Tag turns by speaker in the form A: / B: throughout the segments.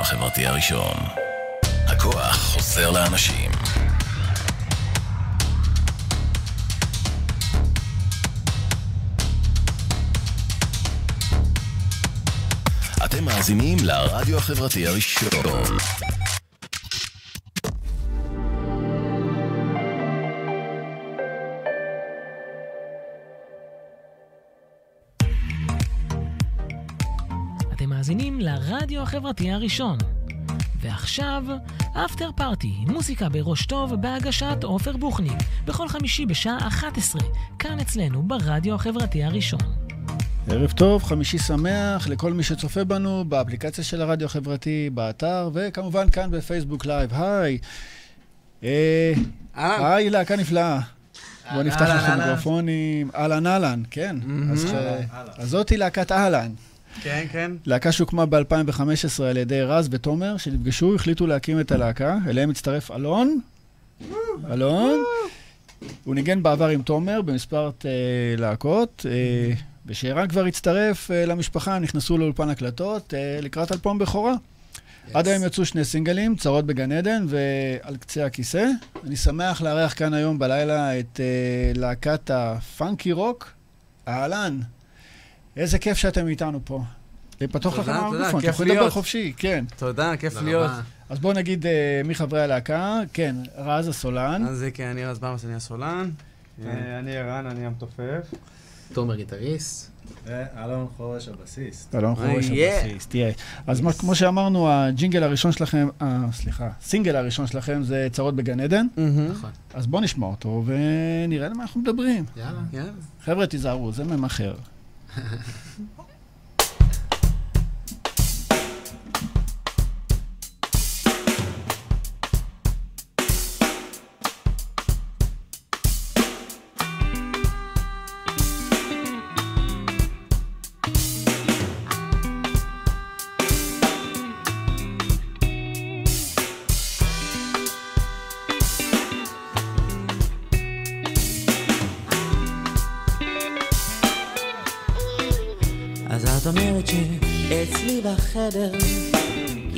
A: החברתי הראשון. הכוח חוזר לאנשים. אתם מאזינים לרדיו החברתי הראשון.
B: אתם מאזינים לרדיו החברתי הראשון. ועכשיו, אפטר פארטי, מוסיקה בראש טוב, בהגשת עופר בוכניק, בכל חמישי בשעה 11, כאן אצלנו ברדיו החברתי הראשון.
C: ערב טוב, חמישי שמח לכל מי שצופה בנו באפליקציה של הרדיו החברתי, באתר, וכמובן כאן בפייסבוק לייב. היי. אה,
D: אהלן.
C: היי, להקה נפלאה. בואו נפתח
D: אהלן,
C: לכם
D: אהלן.
C: מיקרופונים. אהלן אהלן, כן. אז ש-
D: אהלן, אהלן.
C: אז זאתי להקת אהלן.
D: כן, כן.
C: להקה שהוקמה ב-2015 על ידי רז ותומר, שנפגשו, החליטו להקים את הלהקה, אליהם הצטרף אלון. אלון. הוא ניגן בעבר עם תומר במספר אה, להקות, אה, ושערן כבר הצטרף אה, למשפחה, הם נכנסו לאולפן הקלטות אה, לקראת אלפום בכורה. עד היום יצאו שני סינגלים, צרות בגן עדן ועל קצה הכיסא. אני שמח לארח כאן היום בלילה את אה, להקת הפאנקי רוק, אהלן. איזה כיף שאתם איתנו פה. אה, פתוח
D: תודה,
C: לכם
D: תודה,
C: המיקרופון, אתם
D: כיף
C: יכולים לדבר
D: להיות.
C: חופשי, כן.
D: תודה, כיף להיות.
C: אז בואו נגיד אה, מי חברי הלהקה, כן, רז הסולן.
D: אז זה
E: אה,
D: כן, אני רז ברמס, אני הסולן.
F: אה, אני ערן, אני המתופף.
G: תומר גיטריסט.
F: ואלון חורש הבסיסט.
C: אלון חורש
D: אה, יהיה.
C: הבסיס, תהיה. אז מה- כמו שאמרנו, הג'ינגל הראשון שלכם, אה, סליחה, הסינגל הראשון שלכם זה צרות בגן עדן,
G: נכון.
C: אז בואו נשמע אותו ונראה למה אנחנו מדברים.
G: יאללה.
E: כן.
D: יאללה.
C: חבר'ה, תיזהרו, זה ממכר.
E: אז את אומרת שאצלי בחדר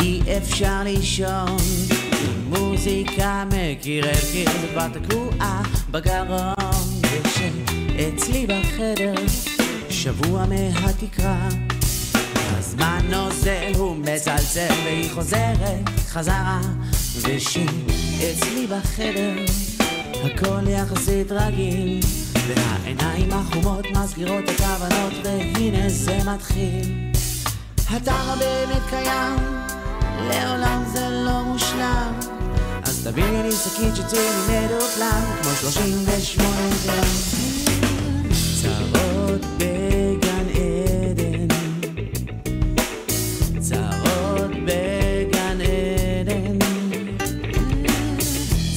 E: אי אפשר לישון עם מוזיקה מקיר אל קיר זה כבר תקוע בגרון ושאצלי בחדר שבוע מהתקרה הזמן נוזל הוא מצלצל והיא חוזרת חזרה ושאצלי בחדר הכל יחסית רגיל והעיניים החומות מסגירות את ההבנות והנה זה מתחיל אתה לא באמת קיים לעולם זה לא מושלם אז תביאי לי שקית שצוי מדופלם כמו שלושים ושמונה גרם צרות בגן עדן צרות בגן עדן.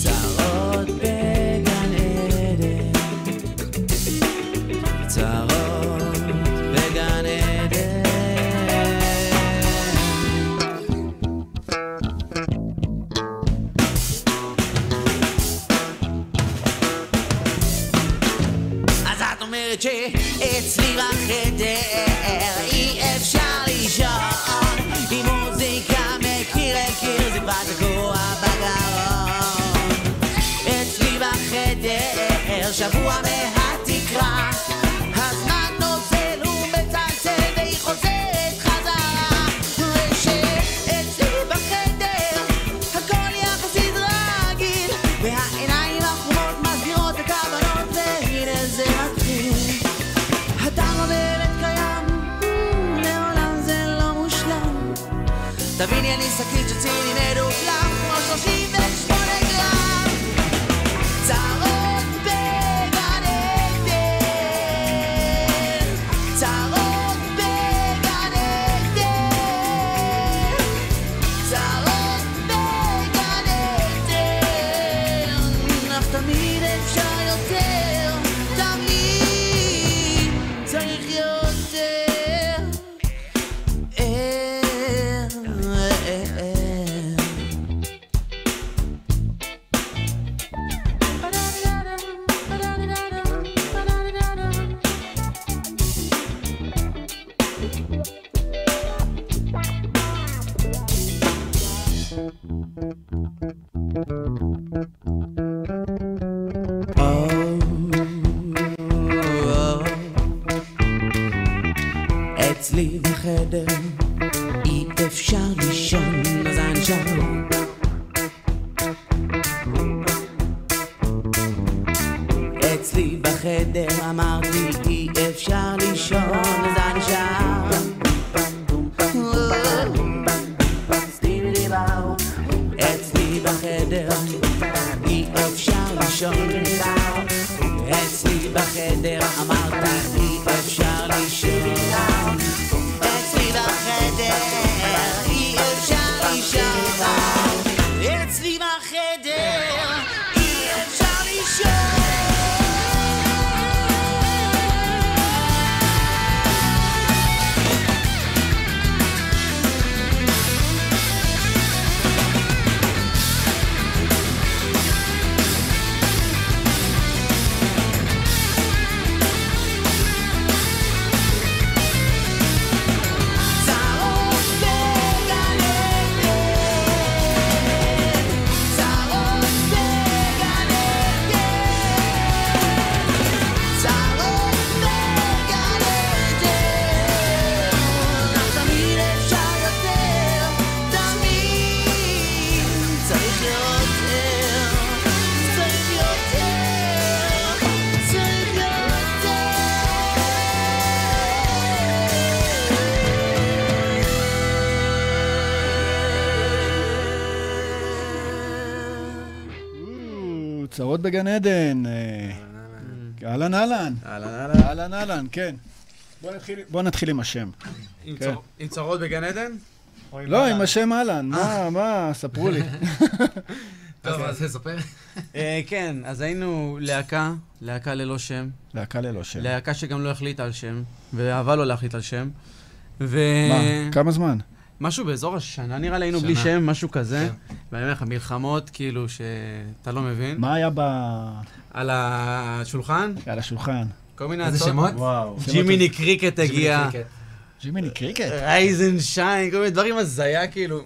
E: צרות בגן עדן. צרות בגן עדן. אז את אומרת שאצלי בחדר אי אפשר לישון עם מוזיקה מקיר אל קיר זה כבר תקוע בגרון אצלי בחדר שבוע מהתקרה הזמן נוזל ומצלצל והיא חוזרת חזרה ושאצלי בחדר הכל יחסית רגיל והעיניים החומות מסבירות הכוונות והנה זה מתחיל אתה לא באמת קיים לעולם זה לא מושלם תביני אני שקית שציני מדופלם כמו שלושים ושמונה גרם צרות בגן עדן Oh, בחדר, אמרתי אי אפשר לישון, אז אני שם. אצלי בחדר, אי אפשר לישון. אצלי בחדר, אמרת אי אפשר לישון. אצלי בחדר, אי אפשר לישון. אצלי בחדר, אי אפשר לישון. צרות בגן עדן. צרות בגן עדן. צרות בגן עדן. אך תמיד אפשר יותר, תמיד צריך יותר. צריך יותר, צריך יותר.
C: או, צרות בגן עדן. אה, אהלן אהלן.
D: אהלן, אהלן.
C: אהלן אהלן, כן. בוא נתחיל- בוא נתחיל עם השם.
D: עם
C: כן.
D: צור- עם צרות בגן עדן?
G: אוקיי,
C: לא, עם השם אהלן. מה, מה, ספרו לי.
G: טוב, אז תספר.
D: אה, כן, אז היינו להקה, להקה ללא שם.
C: להקה ללא שם.
D: להקה שגם לא החליטה על שם, ואהבה לא להחליט על שם. ו...
C: מה, כמה זמן?
D: משהו באזור השנה נראה לי היינו בלי
G: שנה. כן.
D: שם, משהו כזה. ואני אומר לך, מלחמות כאילו שאתה לא מבין.
C: מה היה ב...
D: על השולחן,
C: על השולחן?
D: כל מיני
G: איזה
D: הצעות.
G: שמות?
F: וואו.
D: ג'ימיני קריקט
G: ג'ימיני
D: הגיע,
G: קריקט.
C: ג'ימיני קריקט.
D: רייזנשיין, כל מיני דברים הזיה כאילו.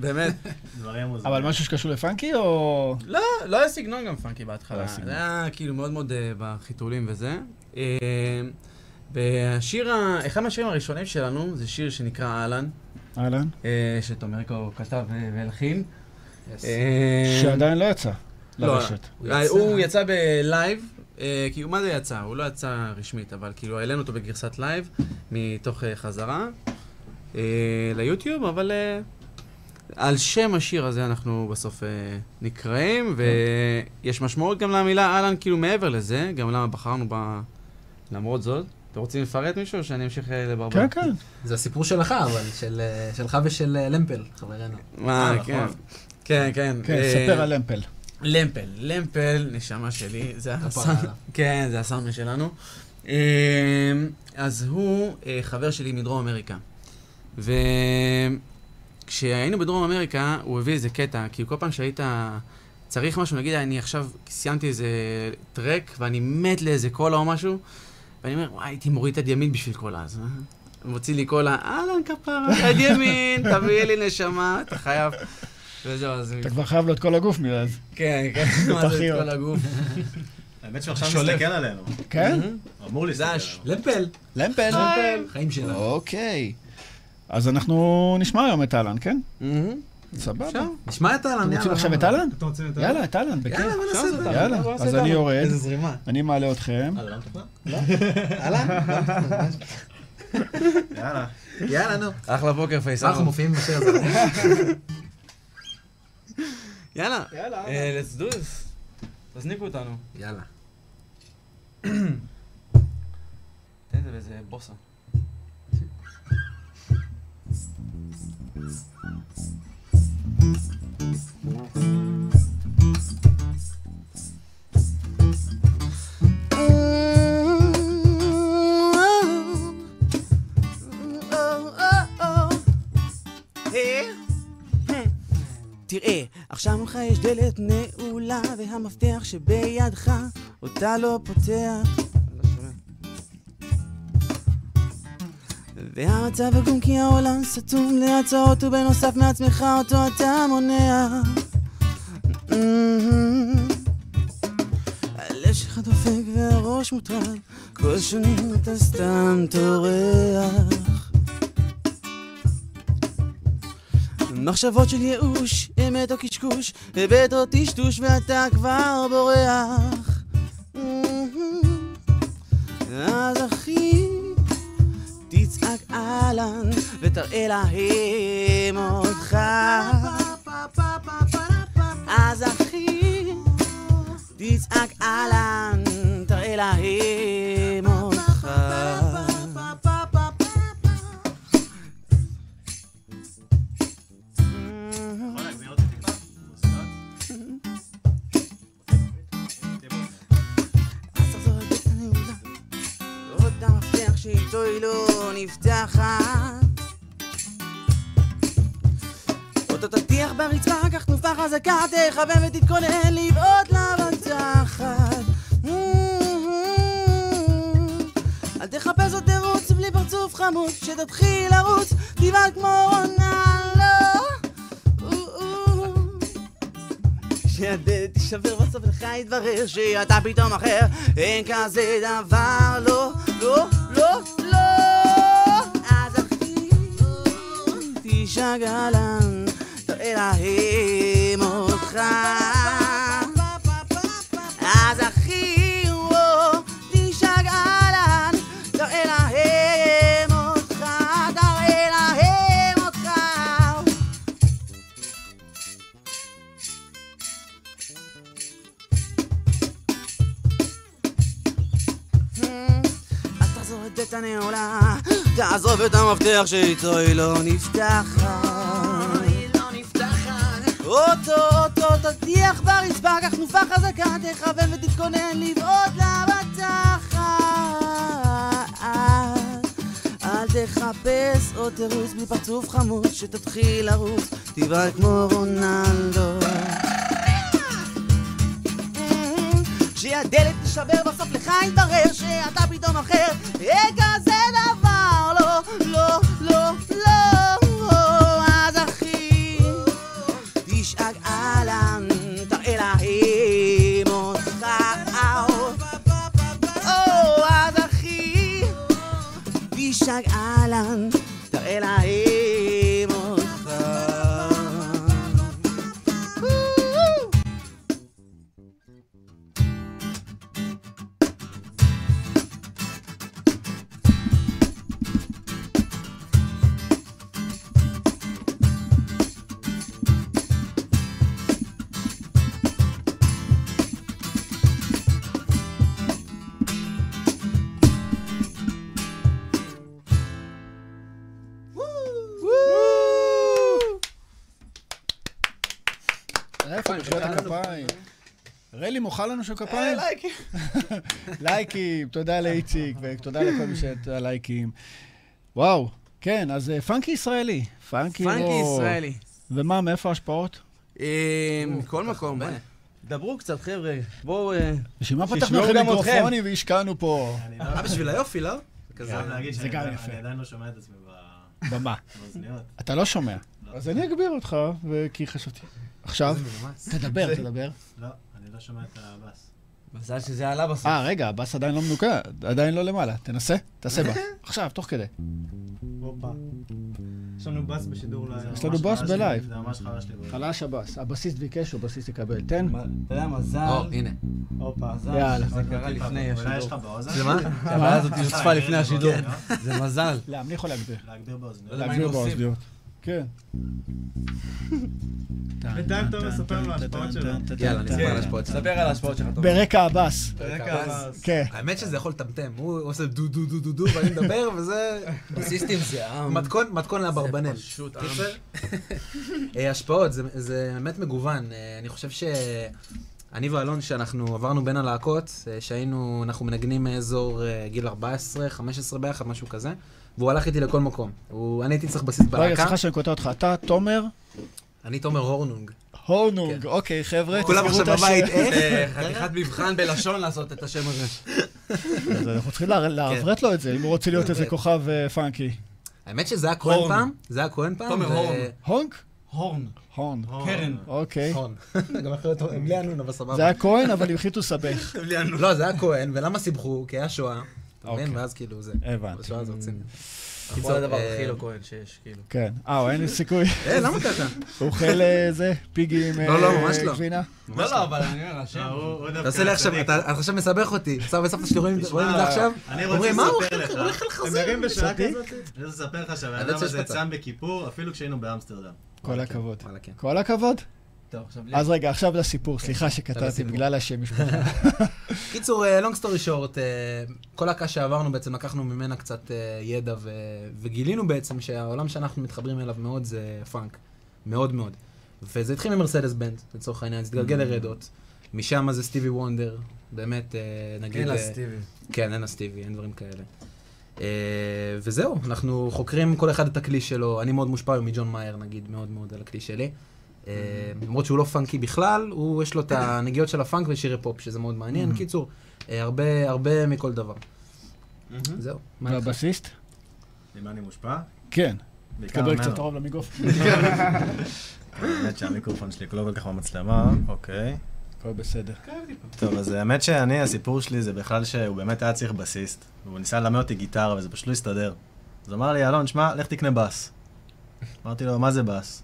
D: באמת.
F: דברים מוזרים.
C: אבל משהו שקשור לפאנקי או...
D: לא, לא היה סגנון גם פאנקי בהתחלה.
C: לא היה סגנון.
D: זה היה כאילו מאוד מאוד אה, בחיתולים וזה. אה, והשיר, ה- אחד מהשירים הראשונים שלנו זה שיר שנקרא אהלן,
C: אהלן?
D: אה, שתומרקו כתב אה, והלחין.
G: Yes.
D: אה,
C: שעדיין לא יצא
D: לא,
C: לרשת.
G: הוא
D: אה,
G: יצא-
D: הוא יצא בלייב, אה, כאילו, מה זה יצא? הוא לא יצא רשמית, אבל כאילו, העלינו אותו בגרסת לייב, מתוך אה, חזרה אה, ליוטיוב, אבל אה, על שם השיר הזה אנחנו בסוף אה, נקראים,
C: כן.
D: ויש משמעות גם למילה אהלן, כאילו, מעבר לזה, גם למה בחרנו בה, למרות זאת. אתם רוצים לפרט מישהו, או שאני אמשיך אה, לברבר?
C: כן, כן.
G: זה הסיפור שלך, אבל, של, אה, שלך ושל אה, למפל, חברנו.
D: מה,
F: אה,
D: כן.
F: נכון.
D: כן, כן.
C: כן,
D: אה,
C: ספר על למפל.
D: למפל, למפל, נשמה שלי, זה הסאונד,
G: עליו.
D: כן, זה הסאונד שלנו. אמ, אז הוא אה, חבר שלי מדרום אמריקה. וכשהיינו בדרום אמריקה, הוא הביא איזה קטע, כי כל פעם שהיית צריך משהו, נגיד, אני עכשיו סיימתי איזה טרק, ואני מת לאיזה קולה או משהו, ואני אומר, וואי, הייתי מוריד יד ימין בשביל קולה, אז... אה?" מוציא לי קולה, אהלן כפרה, יד ימין, תביא לי נשמה, אתה חייב. וזהו, אז...
C: אתה כבר חייב לו את כל הגוף מאז.
D: כן, כן, מה זה את
C: תחיות.
D: כל הגוף.
F: האמת שהוא עכשיו
D: שולף.
F: מסתכל עלינו.
C: כן?
F: אמור להסתכל
D: זה
F: עלינו.
D: הש-
G: למפל,
C: למפל.
G: חיים שלנו.
C: אוקיי. אז אנחנו נשמע היום את אהלן, כן? סבבה.
D: אפשר?
C: אתם
G: נשמע את אהלן,
C: רוצים עכשיו את אהלן?
F: אתם רוצים יותר?
C: יאללה, את אהלן, בכיף.
G: יאללה, בוא נעשה את זה.
C: יאללה, אה,
D: בוא נעשה
C: אז
D: את
C: אני
D: אהלן.
C: יורד,
D: איזה זרימה. לא,
C: אני מעלה אתכם.
F: אה, זה לא מתוכנן? יאללה.
G: יאללה, נו.
D: אחלה פוקר פייס.
G: אנחנו מופיעים בשיר הזה.
D: יאללה.
C: יאללה.
D: אה, Äh, let's do this. תזניקו אותנו.
G: יאללה.
D: תן את זה באיזה בוסה.
E: תראה, עכשיו מולך יש דלת נעולה והמפתח שבידך אותה לא פותח. לא והמצב עגום כי העולם סתום להצעות ובנוסף מעצמך אותו אתה מונע. הלב שלך דופק והראש מוטרד, כל שנים אתה סתם טורח. מחשבות של ייאוש, אמת או קשקוש, היבט או טשטוש ואתה כבר בורח. אז אחי, תצעק אהלן ותראה להם אותך. אז אחי, תצעק אהלן, תראה להם אותך.
F: יכול להגביר אותי טיפה? מוסקת?
E: אז תחזור על בית הנעודה. עוד המפתח שאיתו היא לא נפתחת. אותו תטיח ברצפה, קח תנופה חזקה, תכוון ותתכונן לבעוט למנצחת. אל תחפש עוד תירוץ בלי פרצוף חמוץ, כשתתחיל לרוץ, תבעט כמו רונלו. כשהדלת תישבר בסוף לך יתברר שאתה פתאום אחר אין כזה דבר לא, לא, לא, לא אז אחי תשגע לן תראה להם אותך אז אחי וואו, תשגע לן תראה להם אותך תראה להם אותך אז תחזור את בית הנעולה, תעזוב את המפתח שאיתו היא לא נפתחת. אותו אותו תטיח ברצפה, קח תנופה חזקה, תכוון ותתכונן לבעוט למתחת. אל תחפש עוד תירוץ בלי פרצוף חמוד, שתתחיל לרוץ, תבעט כמו רונלדו. Mm-hmm. כשהדלת תישבר בסוף לך יתברר שאתה פתאום אחר אין כזה דבר לא, לא, לא, לא אז אחי תשאג אהלן תראה להם אותך או,
D: Oh,
E: אז אחי תשאג אהלן תראה להם אותך
C: איפה מחיאות הכפיים? רלי מוחא לנו שם כפיים?
D: אה,
E: לייקים.
C: לייקים, תודה לאיציק, ותודה לכל מי שאת הלייקים. וואו, כן, אז אה, פאנקי ישראלי. פאנקי
D: פאנקי
C: רוק.
D: ישראלי.
C: ומה, מאיפה ההשפעות?
D: אה, מכל מקום, בואי. דברו קצת, חבר'ה. בואו... אה,
C: בשביל מה פתחנו
D: שישמעו
C: לכם
D: גם אתכם.
C: מיקרופונים והשקענו פה
F: אני לא
D: אה, בשביל היופי, לא? כזה.
F: חייב להגיד
C: זה
F: שאני
C: גם
F: עדיין-
C: יפה.
F: אני עדיין לא שומע את עצמי ב-
C: במה?
F: באוזניות.
C: אתה לא שומע. אז אני אגביר אותך, ו- כי חשבתי. עכשיו, תדבר, תדבר.
F: לא, אני לא שומע את הבאס.
D: מזל שזה עלה בסוף.
C: אה, רגע, הבאס עדיין לא מנוקה, עדיין לא למעלה. תנסה, תעשה בה. עכשיו, תוך כדי.
F: הופה. יש לנו באס בשידור ל...
C: יש לנו באס בלייב.
F: זה ממש חלש לי.
C: חלש הבאס, הבסיסט ביקש, הבסיסט יקבל. תן.
F: אתה יודע, מזל.
D: אה,
G: או, הנה.
F: הופה.
C: יאללה.
D: זה קרה לפני
F: אולי יש לך
D: השידור.
F: באוזן?
D: זה מה? כן, הבעיה הזאת נוספה לפני השידור. זה מזל.
C: להמליך או לא, להגביר?
F: להגביר באוזניות.
D: כן, אה? לא יודע מה היינו
C: להגביר באוזניות.
D: עושים.
C: כן.
F: בינתיים תום מספר לנו ההשפעות שלו.
G: יאללה, נספר
D: כן.
G: על השפעות שלנו.
D: ספר על ההשפעות שלך, טוב.
C: ברקע הבאס. כן.
D: האמת שזה יכול לטמטם, הוא עושה דו דו דו דו דו ואני מדבר וזה
G: בסיסטים זה עם.
D: מתכון, מתכון לאברבנל.
G: פשוט
D: קיצר, אה, השפעות, זה- זה באמת מגוון. אה, אני חושב ש... אני ואלון, שאנחנו עברנו בין הלהקות, אה, שהיינו, אנחנו מנגנים מאזור אה, גיל 14, 15 ביחד, משהו כזה, והוא הלך איתי לכל מקום. הוא- אני הייתי צריך בסיס
C: רגע,
D: בלהקה,
C: סליחה שאני קוטע אותך. אתה, תומר
D: אני תומר הורנונג.
C: הורנונג. אוקיי, חבר'ה,
D: כן. כולם
C: תזכרו
D: עכשיו
C: את השם.
D: בבית, איך? חתיכת אה, מבחן בלשון לעשות את השם הזה.
C: אז אנחנו צריכים לה- לעברת לו את זה, אם הוא רוצה להיות איזה
D: כן.
C: כוכב אה, פאנקי.
D: האמת שזה היה כהן
F: הורן.
D: פעם, זה היה כהן פעם.
F: תומר
D: ו-
F: הורן.
C: הונק?
F: הורן.
C: הון.
F: קרן.
C: אוקיי.
D: הורן. אה, גם אחרת, בלי הנון, אבל סבבה.
C: זה היה כהן, אבל עם חיתו סבך.
D: לא, זה היה כהן, ולמה סיבכו? כי היה שואה. אתה
C: אוקיי.
D: מבין? ואז כאילו זה.
C: הבנתי.
D: השואה זה רציני. קיצור, זה הדבר
G: אה,
D: הכי לא כהן שיש, כאילו.
C: כן. אה, אין לי סיכוי.
D: אה, למה קטע?
C: הוא אוכל אה, זה, פיגי עם אה,
D: לא, לא, ממש לא.
C: גבינה?
D: לא, לא, אבל אני אומר, השם.
G: אתה עושה לי עכשיו, אתה אתה עכשיו מסבך אותי. סבא וסבתא שלי רואים רואים את זה עכשיו,
H: אני רוצה
G: אומרים, מה הוא
H: לספר לך,
G: הולך לא
F: אתם
G: לחזיר?
F: ערים בשעה כזאת?
H: אני רוצה לספר לך שהבן
G: האמת
H: אדם
G: שיש
H: הזה
G: מצב.
H: צם בכיפור, אפילו כשהיינו באמסטרדם.
C: כל הכבוד.
G: וואלה, כן.
C: כל הכבוד.
D: טוב, עכשיו לי.
C: אז רגע, עכשיו לסיפור, סליחה שקטעתי
G: לסיפור.
C: בגלל השם משפחה.
G: קיצור, אה, לונג סטורי שורט, אה, כל הקה שעברנו בעצם לקחנו ממנה קצת אה, ידע ו- וגילינו בעצם שהעולם שאנחנו מתחברים אליו מאוד זה פאנק, מאוד מאוד. וזה התחיל ממרסדס בנד, לצורך העניין, זה
D: Mm.
G: התגלגל לרדות. משם זה סטיבי וונדר, באמת, אה, נגיד...
D: אין לה
G: אה,
D: סטיבי.
G: כן, אין אסטיבי, אין דברים כאלה. אה, וזהו, אנחנו חוקרים כל אחד את הכלי שלו. אני מאוד מושפע היום מג'ון מאייר, נגיד, מאוד מאוד על הכלי שלי. אה, למרות שהוא לא פאנקי בכלל, הוא, יש לו את הנגיעות של הפאנק ושירי פופ, שזה מאוד מעניין. קיצור, אה, הרבה, הרבה מכל דבר. זהו. מה איתך?
C: והבסיסט?
H: ממה אני מושפע?
C: כן.
H: בעיקר
C: תקבל
H: ממנו.
C: קצת רוב למיקרופון.
H: האמת שהמיקרופון שלי לא כל כך במצלמה, אוקיי.
C: הכל בסדר.
H: טוב, אז האמת שאני, הסיפור שלי זה בכלל שהוא באמת היה צריך בסיסט. והוא ניסה ללמד אותי גיטרה, וזה פשוט לא הסתדר. אז אמר לי, אלון, שמע, לך תקנה בס. אמרתי לו, מה זה בס?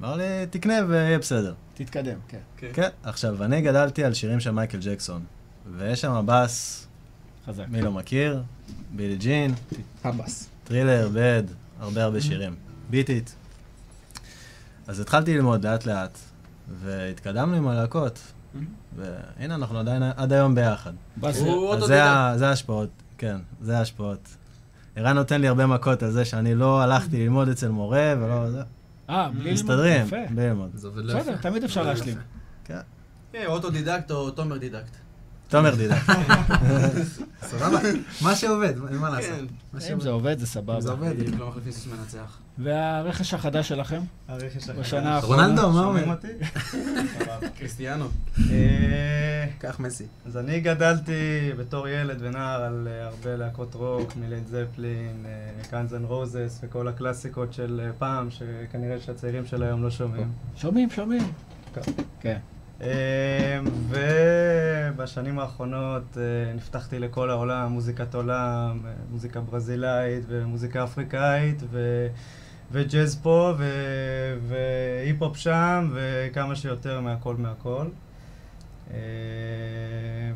H: אמר לי, תקנה ויהיה בסדר.
C: תתקדם, כן.
H: כן, עכשיו, אני גדלתי על שירים של מייקל ג'קסון, ויש שם בס,
C: חזק.
H: מי לא מכיר? בילי ג'ין,
G: הבאס.
H: טרילר, בד, הרבה הרבה שירים. ביטית. אז התחלתי ללמוד לאט לאט, והתקדמנו עם הלהקות, והנה, אנחנו עדיין עד היום ביחד.
C: בס,
D: הוא
H: אז
D: אוטודידקט.
H: זה ה- זה ההשפעות, כן, זה ההשפעות. ערן נותן לי הרבה מכות על זה שאני לא הלכתי ללמוד אצל מורה ולא... זה.
C: אה, בלי ללמוד.
H: מסתדרים,
C: יפה.
H: בלי ללמוד.
G: זה עובד לא יפה.
C: בסדר, תמיד אפשר להשלים.
D: אה, אוטודידקט או תומר דידקט.
H: תומר דידה.
G: סבבה. מה שעובד, מה- מה לעשות?
D: כן.
G: מה
C: אם
G: שעובד.
C: זה עובד, זה
G: זה
C: סבבה.
G: עובד.
D: בדיוק, לא מחליפים סוס מנצח.
C: והרכש החדש שלכם?
F: הרכש החדש.
C: בשנה האחרונה?
G: רונלדו, לא, מה
F: שומעים
G: אומר?
F: אותי?
D: קריסטיאנו.
F: אה,
G: קח מסי.
F: אז אני גדלתי בתור ילד ונער על אה, הרבה להקות רוק, מלייד זפלין, אה, קאנז אנד רוזס וכל הקלאסיקות של אה, פעם, שכנראה שהצעירים של היום לא שומעים.
C: שומעים, שומעים. כן.
F: אה, ובשנים האחרונות אה, נפתחתי לכל העולם, מוזיקת עולם, אה, מוזיקה ברזילאית ומוזיקה אפריקאית ו... וג'אז פה ו... והיפ-הופ שם וכמה שיותר מהכל מהכל. אה,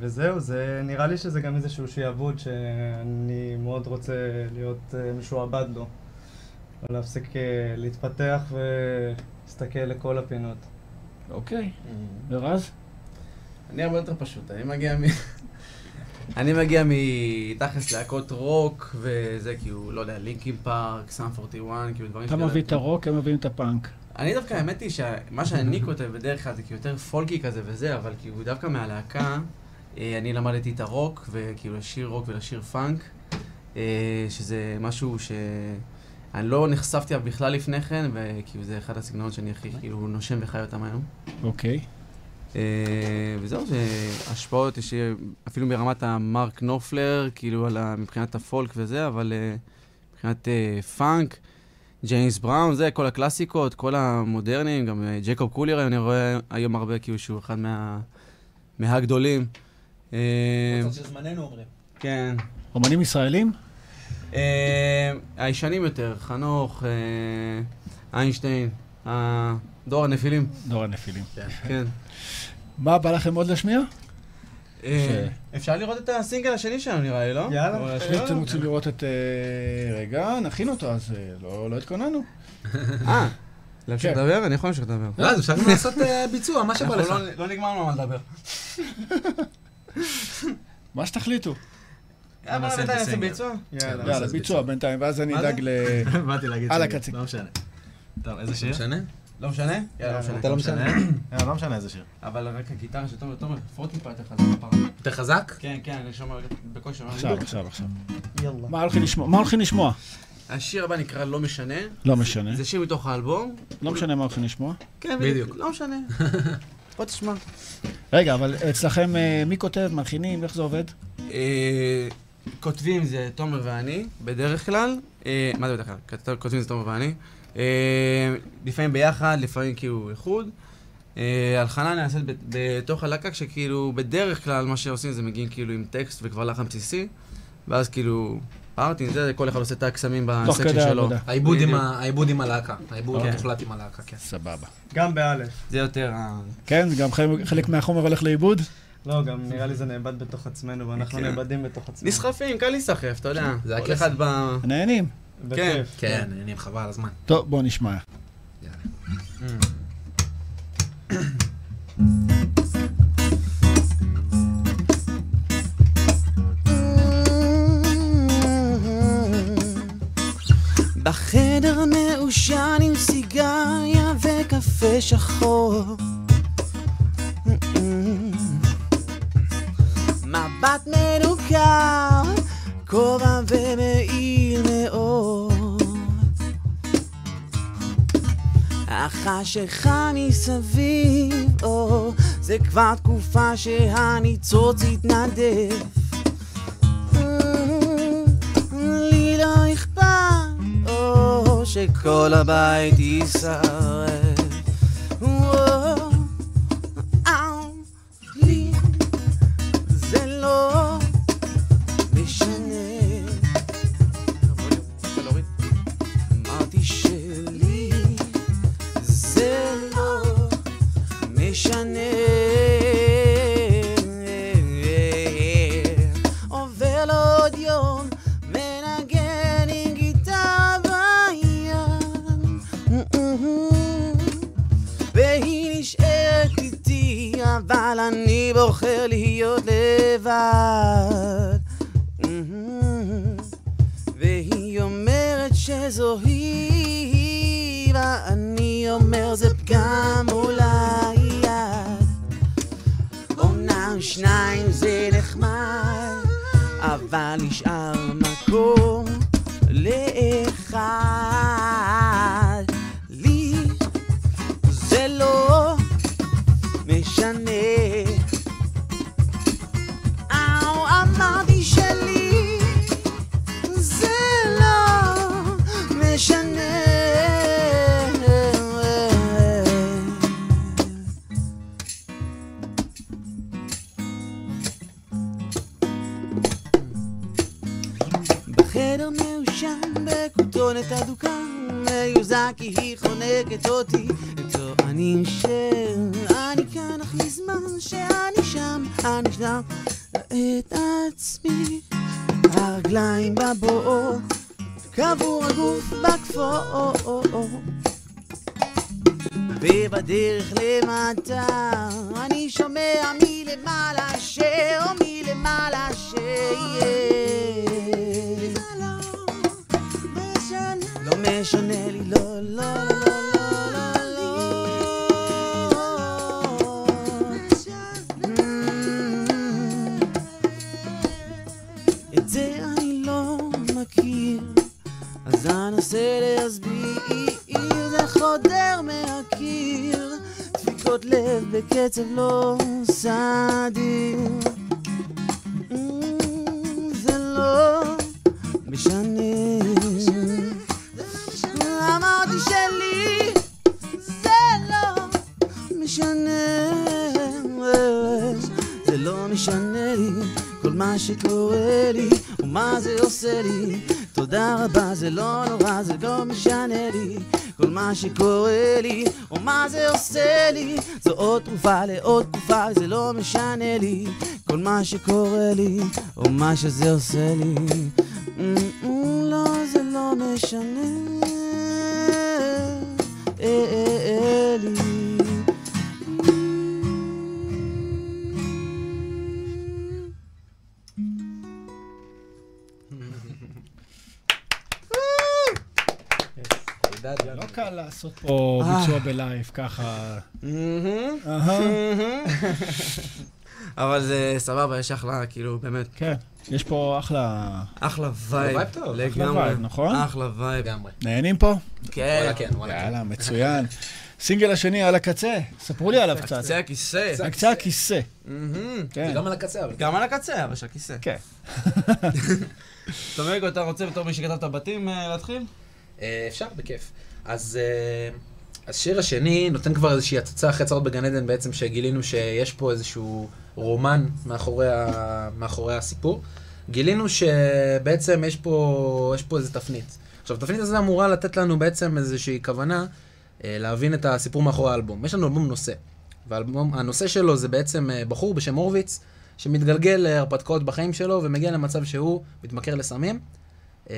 F: וזהו, זה נראה לי שזה גם איזשהו שיעבוד שאני מאוד רוצה להיות אה, משועבד לו. לא להפסיק אה, להתפתח ולהסתכל לכל הפינות.
C: אוקיי. ורז?
D: אני הרבה יותר פשוט, אני מגיע מ... אני מגיע מתכלס להקות רוק וזה, כאילו, לא יודע, לינקים פארק, סאם 41, כאילו דברים
C: אתה
D: שכאלה.
C: מביא את הרוק, הם מביאים את הפאנק.
D: אני דווקא, האמת היא שמה שאני כותב בדרך כלל זה כאילו יותר פולקי כזה וזה, אבל כאילו דווקא מהלהקה, אה, אני למדתי את הרוק, וכאילו לשיר רוק ולשיר פאנק, אה, שזה משהו שאני לא נחשפתי אליו בכלל לפני כן, וכאילו זה אחד הסגנונות שאני הכי כאילו נושם וחי אותם היום.
C: אוקיי.
D: אה, וזהו, זה השפעות, יש לי אפילו ברמת המרק נופלר, כאילו על ה, מבחינת הפולק וזה, אבל אה, מבחינת אה, פאנק, ג'יימס בראון, זה, כל הקלאסיקות, כל המודרניים, גם אה, ג'ייקוב קולר, אני רואה היום הרבה כאילו שהוא אחד מה, מהגדולים. אה,
G: זמננו אומרים.
D: כן.
C: אומנים ישראלים?
D: אה, הישנים יותר, חנוך, אה, איינשטיין, אה, דור הנפילים,
C: דור הנפילים.
D: כן.
C: מה בא לכם עוד להשמיע?
D: אה, אפשר לראות את הסינגל השני שלנו נראה לי, לא?
F: יאללה.
D: או השני?
C: אתם רוצים לראות את... אה, רגע, נכין אותו, אז אה, לא לא התכוננו.
D: אה, להמשיך
C: כן.
D: לדבר? אני יכול להמשיך לדבר.
G: לא, אז אפשר גם לעשות אה, ביצוע, מה שבא
D: אנחנו
G: לך.
D: לא- לא נגמרנו על מה לדבר.
C: מה שתחליטו.
D: יאללה,
H: נעשה את
D: בינתיים אה, נעשה
H: הסינגל.
D: ביצוע.
F: יאללה.
C: יאללה,
H: אז
C: ביצוע בינתיים, ואז אני
D: מה
C: אדאג
D: זה?
C: ל...
H: באתי להגיד
C: על
H: שאני-
C: הקצה.
H: לא משנה. טוב, איזה שיר?
G: משנה?
D: לא משנה? יאללה, לא משנה.
G: אתה לא משנה.
H: אה, לא משנה איזה שיר.
D: אבל רק הגיטרה של תומר, תומר, פרוט טיפה יותר חזק בפעם.
G: יותר חזק?
D: כן, כן, אני שומע בקושי. אבל-
C: עכשיו, עכשיו, עכשיו.
F: יאללה.
C: מה הולכים לשמוע? מה הולכים לשמוע?
D: השיר הבא נקרא לא משנה.
C: לא משנה.
D: זה שיר מתוך האלבום.
C: לא משנה מה הולכים לשמוע.
D: אה? כן,
G: בדיוק.
D: לא משנה. בוא תשמע.
C: רגע, אבל אצלכם אה, מי כותב, מלחינים, איך זה עובד?
D: אה, כותבים זה תומר ואני, בדרך כלל. אה, מה זה בדרך כלל? כתב- כותבים זה תומר ואני. אה, לפעמים ביחד, לפעמים כאילו איחוד. אה, הלחנה נעשית בת- בתוך הלהקה, כשכאילו בדרך כלל מה שעושים זה מגיעים כאילו עם טקסט וכבר לחן בסיסי.
I: ואז כאילו, ארטין, זה, כל אחד עושה את הקסמים
C: תוך
I: בסקשן
C: כדי
I: שלו.
C: העבודה.
G: העיבוד עם
I: בדיוק.
G: ה- העיבוד עם הלהקה, העיבוד
I: כן.
G: המוחלט עם הלהקה, כן.
C: סבבה.
F: גם באלף.
I: זה יותר ה...
C: כן, גם חלק- חלק מהחומר הולך לאיבוד?
F: לא, גם נראה לי זה נאבד בתוך עצמנו, ואנחנו
I: כן.
F: נאבדים בתוך עצמנו.
I: נסחפים, קל להיסחף, אתה יודע.
C: כן.
G: זה
I: כל
G: הקסם.
I: אחד ב...
C: נהנים.
F: בכיף.
G: כן, נהנים, חבל על הזמן.
C: טוב, בוא נשמע.
D: בחדר המעושן עם סיגריה וקפה שחור. מבט מנוכר, כובע ומאיר מאור. החשיכה מסביב, או, זה כבר תקופה שהניצוץ התנדף. לי לא אכפת, או שכל הבית יישרף. וואו, אאו, לי זה לא משנה. אמרתי שלי זה לא משנה. עובר לו עוד יום, מנגן עם גיטרה ביד. והיא נשארת איתי, אבל אני בוחר להיות לבד. Mm-hmm. והיא אומרת שזו היא, ואני אומר זה פגם אולי יד. אומנם שניים זה נחמד, אבל נשאר מקום לאחד. לי זה לא משנה. אאו, אמרתי שלי, זה לא משנה. בחדר מיושן בכותונת אדוקה מיוזע כי היא חונקת אותי טוענים שאני כאן אך מזמן שאני שם אני שם את עצמי הרגליים בבור קבור הגוף בכפור ובדרך למטה אני שומע מלמעלה ש... או מלמעלה שיהיה. לא משנה לי, לא, לא, לא, לא, לא, לא. את זה אני לא מכיר. אז אנסה להסביר, זה חודר מהקיר, דפיקות לב בקצב לא סדיר. Mm, זה לא משנה. לא אמרתי שלי, זה לא משנה. זה לא משנה לי כל מה שקורה לי ומה זה עושה לי תודה רבה זה לא נורא זה לא משנה לי כל מה שקורה לי ומה זה עושה לי זו עוד תרופה לעוד תקופה זה לא משנה לי כל מה שקורה לי ומה שזה עושה לי אמ, אמ, לא זה לא משנה אה, אה, אה, לי
C: לא קל לעשות פה ביצוע בלייב, ככה...
I: מהמם. אבל זה סבבה, יש אחלה, כאילו, באמת,
C: כן, יש פה אחלה...
I: אחלה וייב.
G: וייב טוב, אחלה
I: לגמרי.
C: וייב, נכון?
I: אחלה וייב.
G: לגמרי.
C: נהנים פה?
I: כן.
G: וואלה, כן, וואלה. כן.
C: יאללה, מצוין. סינגל השני על הקצה, ספרו לי עליו קצת.
I: קצה הכיסא.
C: על קצה הכיסא.
I: מהמם.
C: כן.
G: זה גם על הקצה, אבל
I: Mm-hmm. גם על הקצה, אבל של הכיסא.
C: כן.
I: תומגו, אתה רוצה בתור מי שכתב את הבתים אה, להתחיל?
G: אה, אפשר, בכיף. אז אה, השיר השני נותן כבר איזושהי הצצה אחרי צרות בגן עדן בעצם, שגילינו שיש פה איזשהו רומן מאחורי, ה... מאחורי הסיפור. גילינו שבעצם יש פה, יש פה איזה תפנית. עכשיו, התפנית הזו אמורה לתת לנו בעצם איזושהי כוונה אה, להבין את הסיפור מאחורי האלבום. יש לנו אלבום נושא, והנושא שלו זה בעצם אה, בחור בשם הורוביץ, שמתגלגל להרפתקאות בחיים שלו ומגיע למצב שהוא מתמכר לסמים. אה,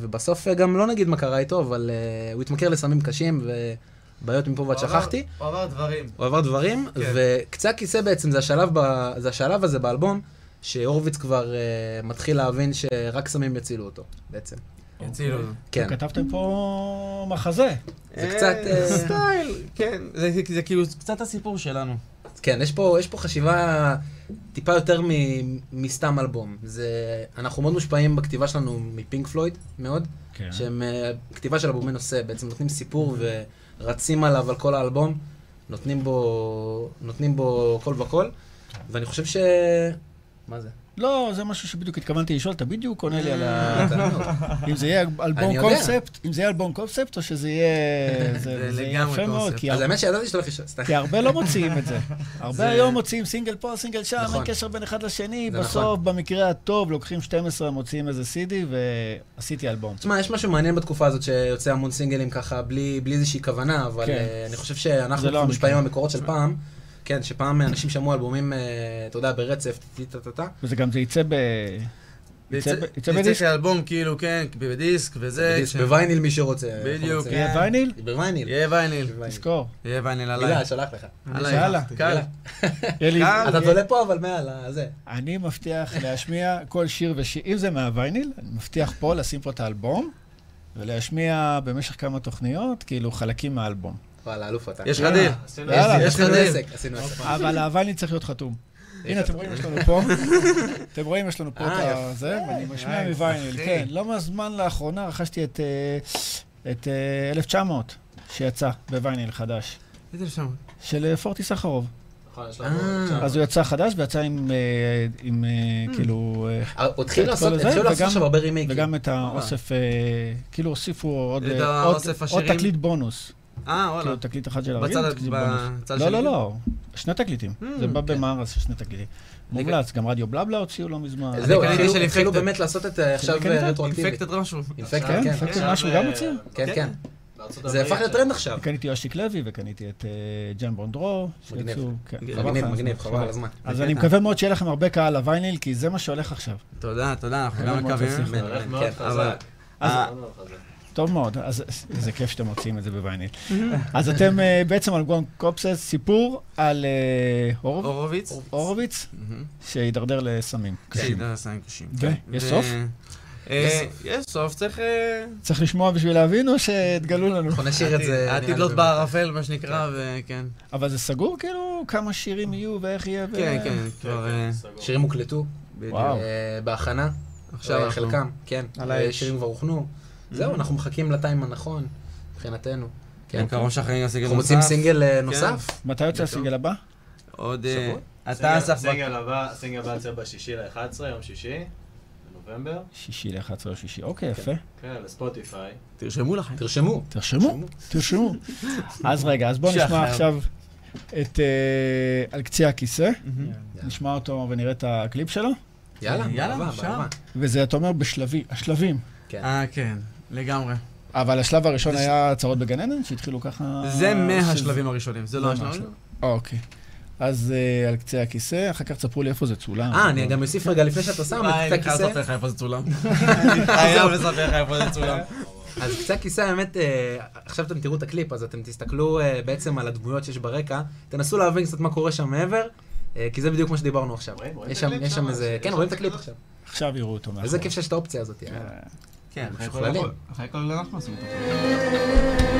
G: ובסוף אה, גם לא נגיד מה קרה איתו, אבל אה, הוא התמכר לסמים קשים ובעיות מפה ועד שכחתי.
J: הוא עבר דברים.
G: הוא עבר דברים,
J: כן.
G: וקצה הכיסא בעצם זה השלב, ב... זה השלב הזה באלבום, שהורוביץ כבר uh, מתחיל להבין שרק סמים יצילו אותו, בעצם.
D: יצילו.
G: כן.
C: כתבתם פה מחזה.
G: זה קצת...
D: אה,
G: אה,
D: סטייל, כן. זה- זה- זה כאילו קצת הסיפור שלנו.
G: כן, יש פה, יש פה חשיבה טיפה יותר מ, מסתם אלבום. זה, אנחנו מאוד מושפעים בכתיבה שלנו מפינק פלויד, מאוד.
C: כן.
G: שהם אה, כתיבה של אלבומי נושא, בעצם נותנים סיפור ורצים עליו על כל האלבום, נותנים בו, נותנים בו כל וכל, ואני חושב ש... מה זה?
C: לא, זה משהו שבדיוק התכוונתי לשאול, אתה בדיוק עונה לי על ה...
G: אה, תענוג.
C: אם זה יהיה
G: אני
C: אלבום
G: יודע.
C: קונספט, אם זה יהיה אלבום קונספט או שזה יהיה... זה
D: זה
C: זה
D: לגמרי
C: יפה מאוד,
D: קונספט.
C: כי
G: אז
C: הר-
G: האמת שידעתי שאתה הולך לשאול, סתם.
C: כי הרבה לא מוציאים את זה. הרבה
G: זה-
C: היום מוציאים סינגל פה, סינגל שם,
G: נכון.
C: אין קשר בין אחד לשני,
G: זה נכון.
C: בסוף, במקרה הטוב, לוקחים 12, מוציאים איזה CD, ועשיתי אלבום.
G: תשמע, יש משהו מעניין בתקופה הזאת שיוצא המון סינגלים ככה, בלי, בלי איזושהי כוונה, אבל
C: כן.
G: כן. אני חושב שאנחנו
C: זה לא
G: לא מושפעים
C: המקרה.
G: מהמקורות של פעם. כן, שפעם אנשים שמעו אלבומים, אה, אתה יודע, ברצף, טה-טה-טה.
C: וזה גם, זה יצא ב... יצא ב- יצא בדיסק?
D: כאלבום, כאילו, כן, בדיסק וזה. כש-
G: אה, בווייניל מי שרוצה.
D: בדיוק. כן.
G: רוצה.
C: יהיה וייניל?
G: בווייניל.
D: יהיה וייניל.
C: תזכור.
D: יהיה וייניל עליי.
G: הילה, שלח לך.
D: עליי.
C: יאללה.
D: קל.
C: יהיה לי-
D: קל.
G: אתה תולה פה אבל מעל הזה.
C: אני מבטיח להשמיע כל שיר ושיר, אם זה מהווייניל, אני מבטיח פה לשים פה את האלבום, ולהשמיע במשך כמה תוכניות, כאילו חלקים מהאלבום.
G: וואלה, אלוף אתה. אה,
D: יש לך דיל.
G: לא
J: עשינו
C: יאללה.
D: יש לך
G: עשינו
D: דיל.
G: עסק, עשינו עסק.
C: אבל הווייניל צריך להיות חתום. הנה, אתם רואים, יש לנו פה, אתם רואים, יש לנו פה
G: אה,
C: את זה, ואני משמיע מווייניל, כן. לא מזמן לאחרונה רכשתי את אה, את, אה, 1900, שיצא בווייניל חדש,
D: איזה שם?
C: של אה, פורטי סחרוב.
G: נכון, יש
D: אה.
C: אז הוא יצא חדש, ויצא עם, אה, עם, אה, כאילו, אה,
G: הוא התחיל
D: כן,
C: את
G: לעשות,
C: כל זה,
G: התחילו לעשות
C: וגם-
G: עכשיו הרבה רימייקים.
C: וגם את האוסף, אה, כאילו הוסיפו עוד,
D: את
C: אה, עוד-
D: האוסף
C: עוד
D: השירים?
C: תקליט בונוס.
D: אה, וואלה.
C: כאילו תקליט אחד של הרגיל,
D: בצד
C: תקליט בונוס.
D: בצד
C: לא,
D: שלי.
C: לא, לא, שני תקליטים.
D: Hmm,
C: זה בא
G: כן.
C: במארז של שני תקליטים. מומלץ, גם רדיו בלבלה הוציאו לא מזמן.
G: אז זהו, כן,
D: אני קניתי
G: התחילו-
D: של
G: התחילו
D: Infected.
G: באמת לעשות את אה, עכשיו
C: כן, כן.
G: אה, רטרואקטיבית.
D: כן, אינפקטד אוקיי. משהו.
G: Infected,
C: כן,
G: כן.
C: פקטור משהו גם הוציאו.
G: כן, כן. זה הפך
C: אה.
G: להיות טרנד עכשיו.
C: קניתי יושיק לוי וקניתי את אה, ג'ן בונדרו.
G: מגניב.
C: שיצאו, כן, חבל
G: מגניב,
C: לך,
G: מגניב, חבל על הזמן.
C: אז
D: זה
C: אני
D: קטע.
C: מקווה מאוד שיהיה לכם הרבה קהל לווייניל, כי זה מה שהולך עכשיו.
D: תודה, תודה, אנחנו
C: מאוד
D: גם מקווים.
C: מצליח.
G: אמן, אמן, כן.
D: אבל... אה,
C: טוב מאוד, אז איזה כיף שאתם מוצאים את זה בווייניל. אז אתם אה, בעצם על גואן קופסס, סיפור על אה, הורוב-
D: הורוביץ?
C: הורוביץ,
D: מהמם.
C: שהידרדר לסמים קשים.
D: שידע לסיים אה, קשים. כן.
C: ו- יש סוף?
D: אה, יש סוף, צריך... אה,
C: צריך לשמוע בשביל להבין או שתגלו לנו?
G: אנחנו נשאיר את זה. נראה לי,
D: העתיד לא לוט
G: באמת.
D: בערפל, מה שנקרא, וכן.
C: אבל זה סגור כאילו? כמה שירים יהיו ואיך יהיה? ו-
D: כן, כן, כבר... אה,
G: שירים הוקלטו,
D: בדיוק.
C: וואו.
G: אה, בהכנה.
D: עכשיו
G: אה,
D: אנחנו-
G: חלקם, כן.
F: על
G: אה,
F: האש.
G: שירים כבר הוכנו. זהו, אנחנו מחכים לטיים הנכון, מבחינתנו. כן,
D: בעיקרון שאנחנו נעשה סינגל
G: אנחנו מוצאים
D: נוסף.
G: סינגל אה,
D: כן.
G: נוסף.
C: מתי יוצא הסינגל הבא?
D: עוד... אה,
H: שבוע?
D: אתה אסף... בק-
H: הסינגל הבא, הסינגל הבא יוצא בשישי ל-11, יום שישי, בנובמבר,
C: שישי ל-11 או שישי. אוקיי, יפה.
H: כן, לספוטיפיי.
D: תרשמו לכם.
G: תרשמו.
C: תרשמו, תרשמו. אז רגע, אז בואו נשמע עכשיו את אה, על קצה הכיסא. נשמע אותו ונראה את הקליפ שלו.
G: יאללה,
D: יאללה,
G: באהבה,
D: אפשר.
G: באהבה.
C: וזה, אתה אומר, בשלבים, השלבים.
D: אה, כן, לגמרי.
C: אבל השלב הראשון היה הצהרות בגן עדן, שהתחילו ככה...
D: זה
C: שזה-
D: מהשלבים הראשונים, זה לא
C: זה
D: השלבים.
C: מהשלב. אוקיי. אז אה, על קצה הכיסא, אחר כך תספרו לי איפה זה צולם.
G: אה, אני גם אוסיף רגע לפני שאתה שם
D: וואי,
G: את
D: אני חייב
G: קצה הכיסא.
D: לספר אה, לך איפה זה צולם. אני חייב לספר לך איפה זה צולם.
G: אז קצה הכיסא, האמת, אה, עכשיו אתם תראו את הקליפ, אז אתם תסתכלו אה, בעצם על הדמויות שיש ברקע, תנסו להבין קצת מה קורה שם מעבר, אה, כי זה בדיוק מה שדיברנו עכשיו.
H: רואים
G: יש
H: את הקליפ
G: שם- יש שם
H: שם?
G: איזה...
H: יש
G: כן,
H: שם
G: רואים את
H: הקליפ
G: הקליפ עכשיו.
C: עכשיו יראו אותו מאחור.
G: איזה כיף שיש את האופציה הזאת. יאללה.
D: כן, אחרי כל
G: משוכללים.
D: הכל- אחרי כל אנחנו עושים את הכל.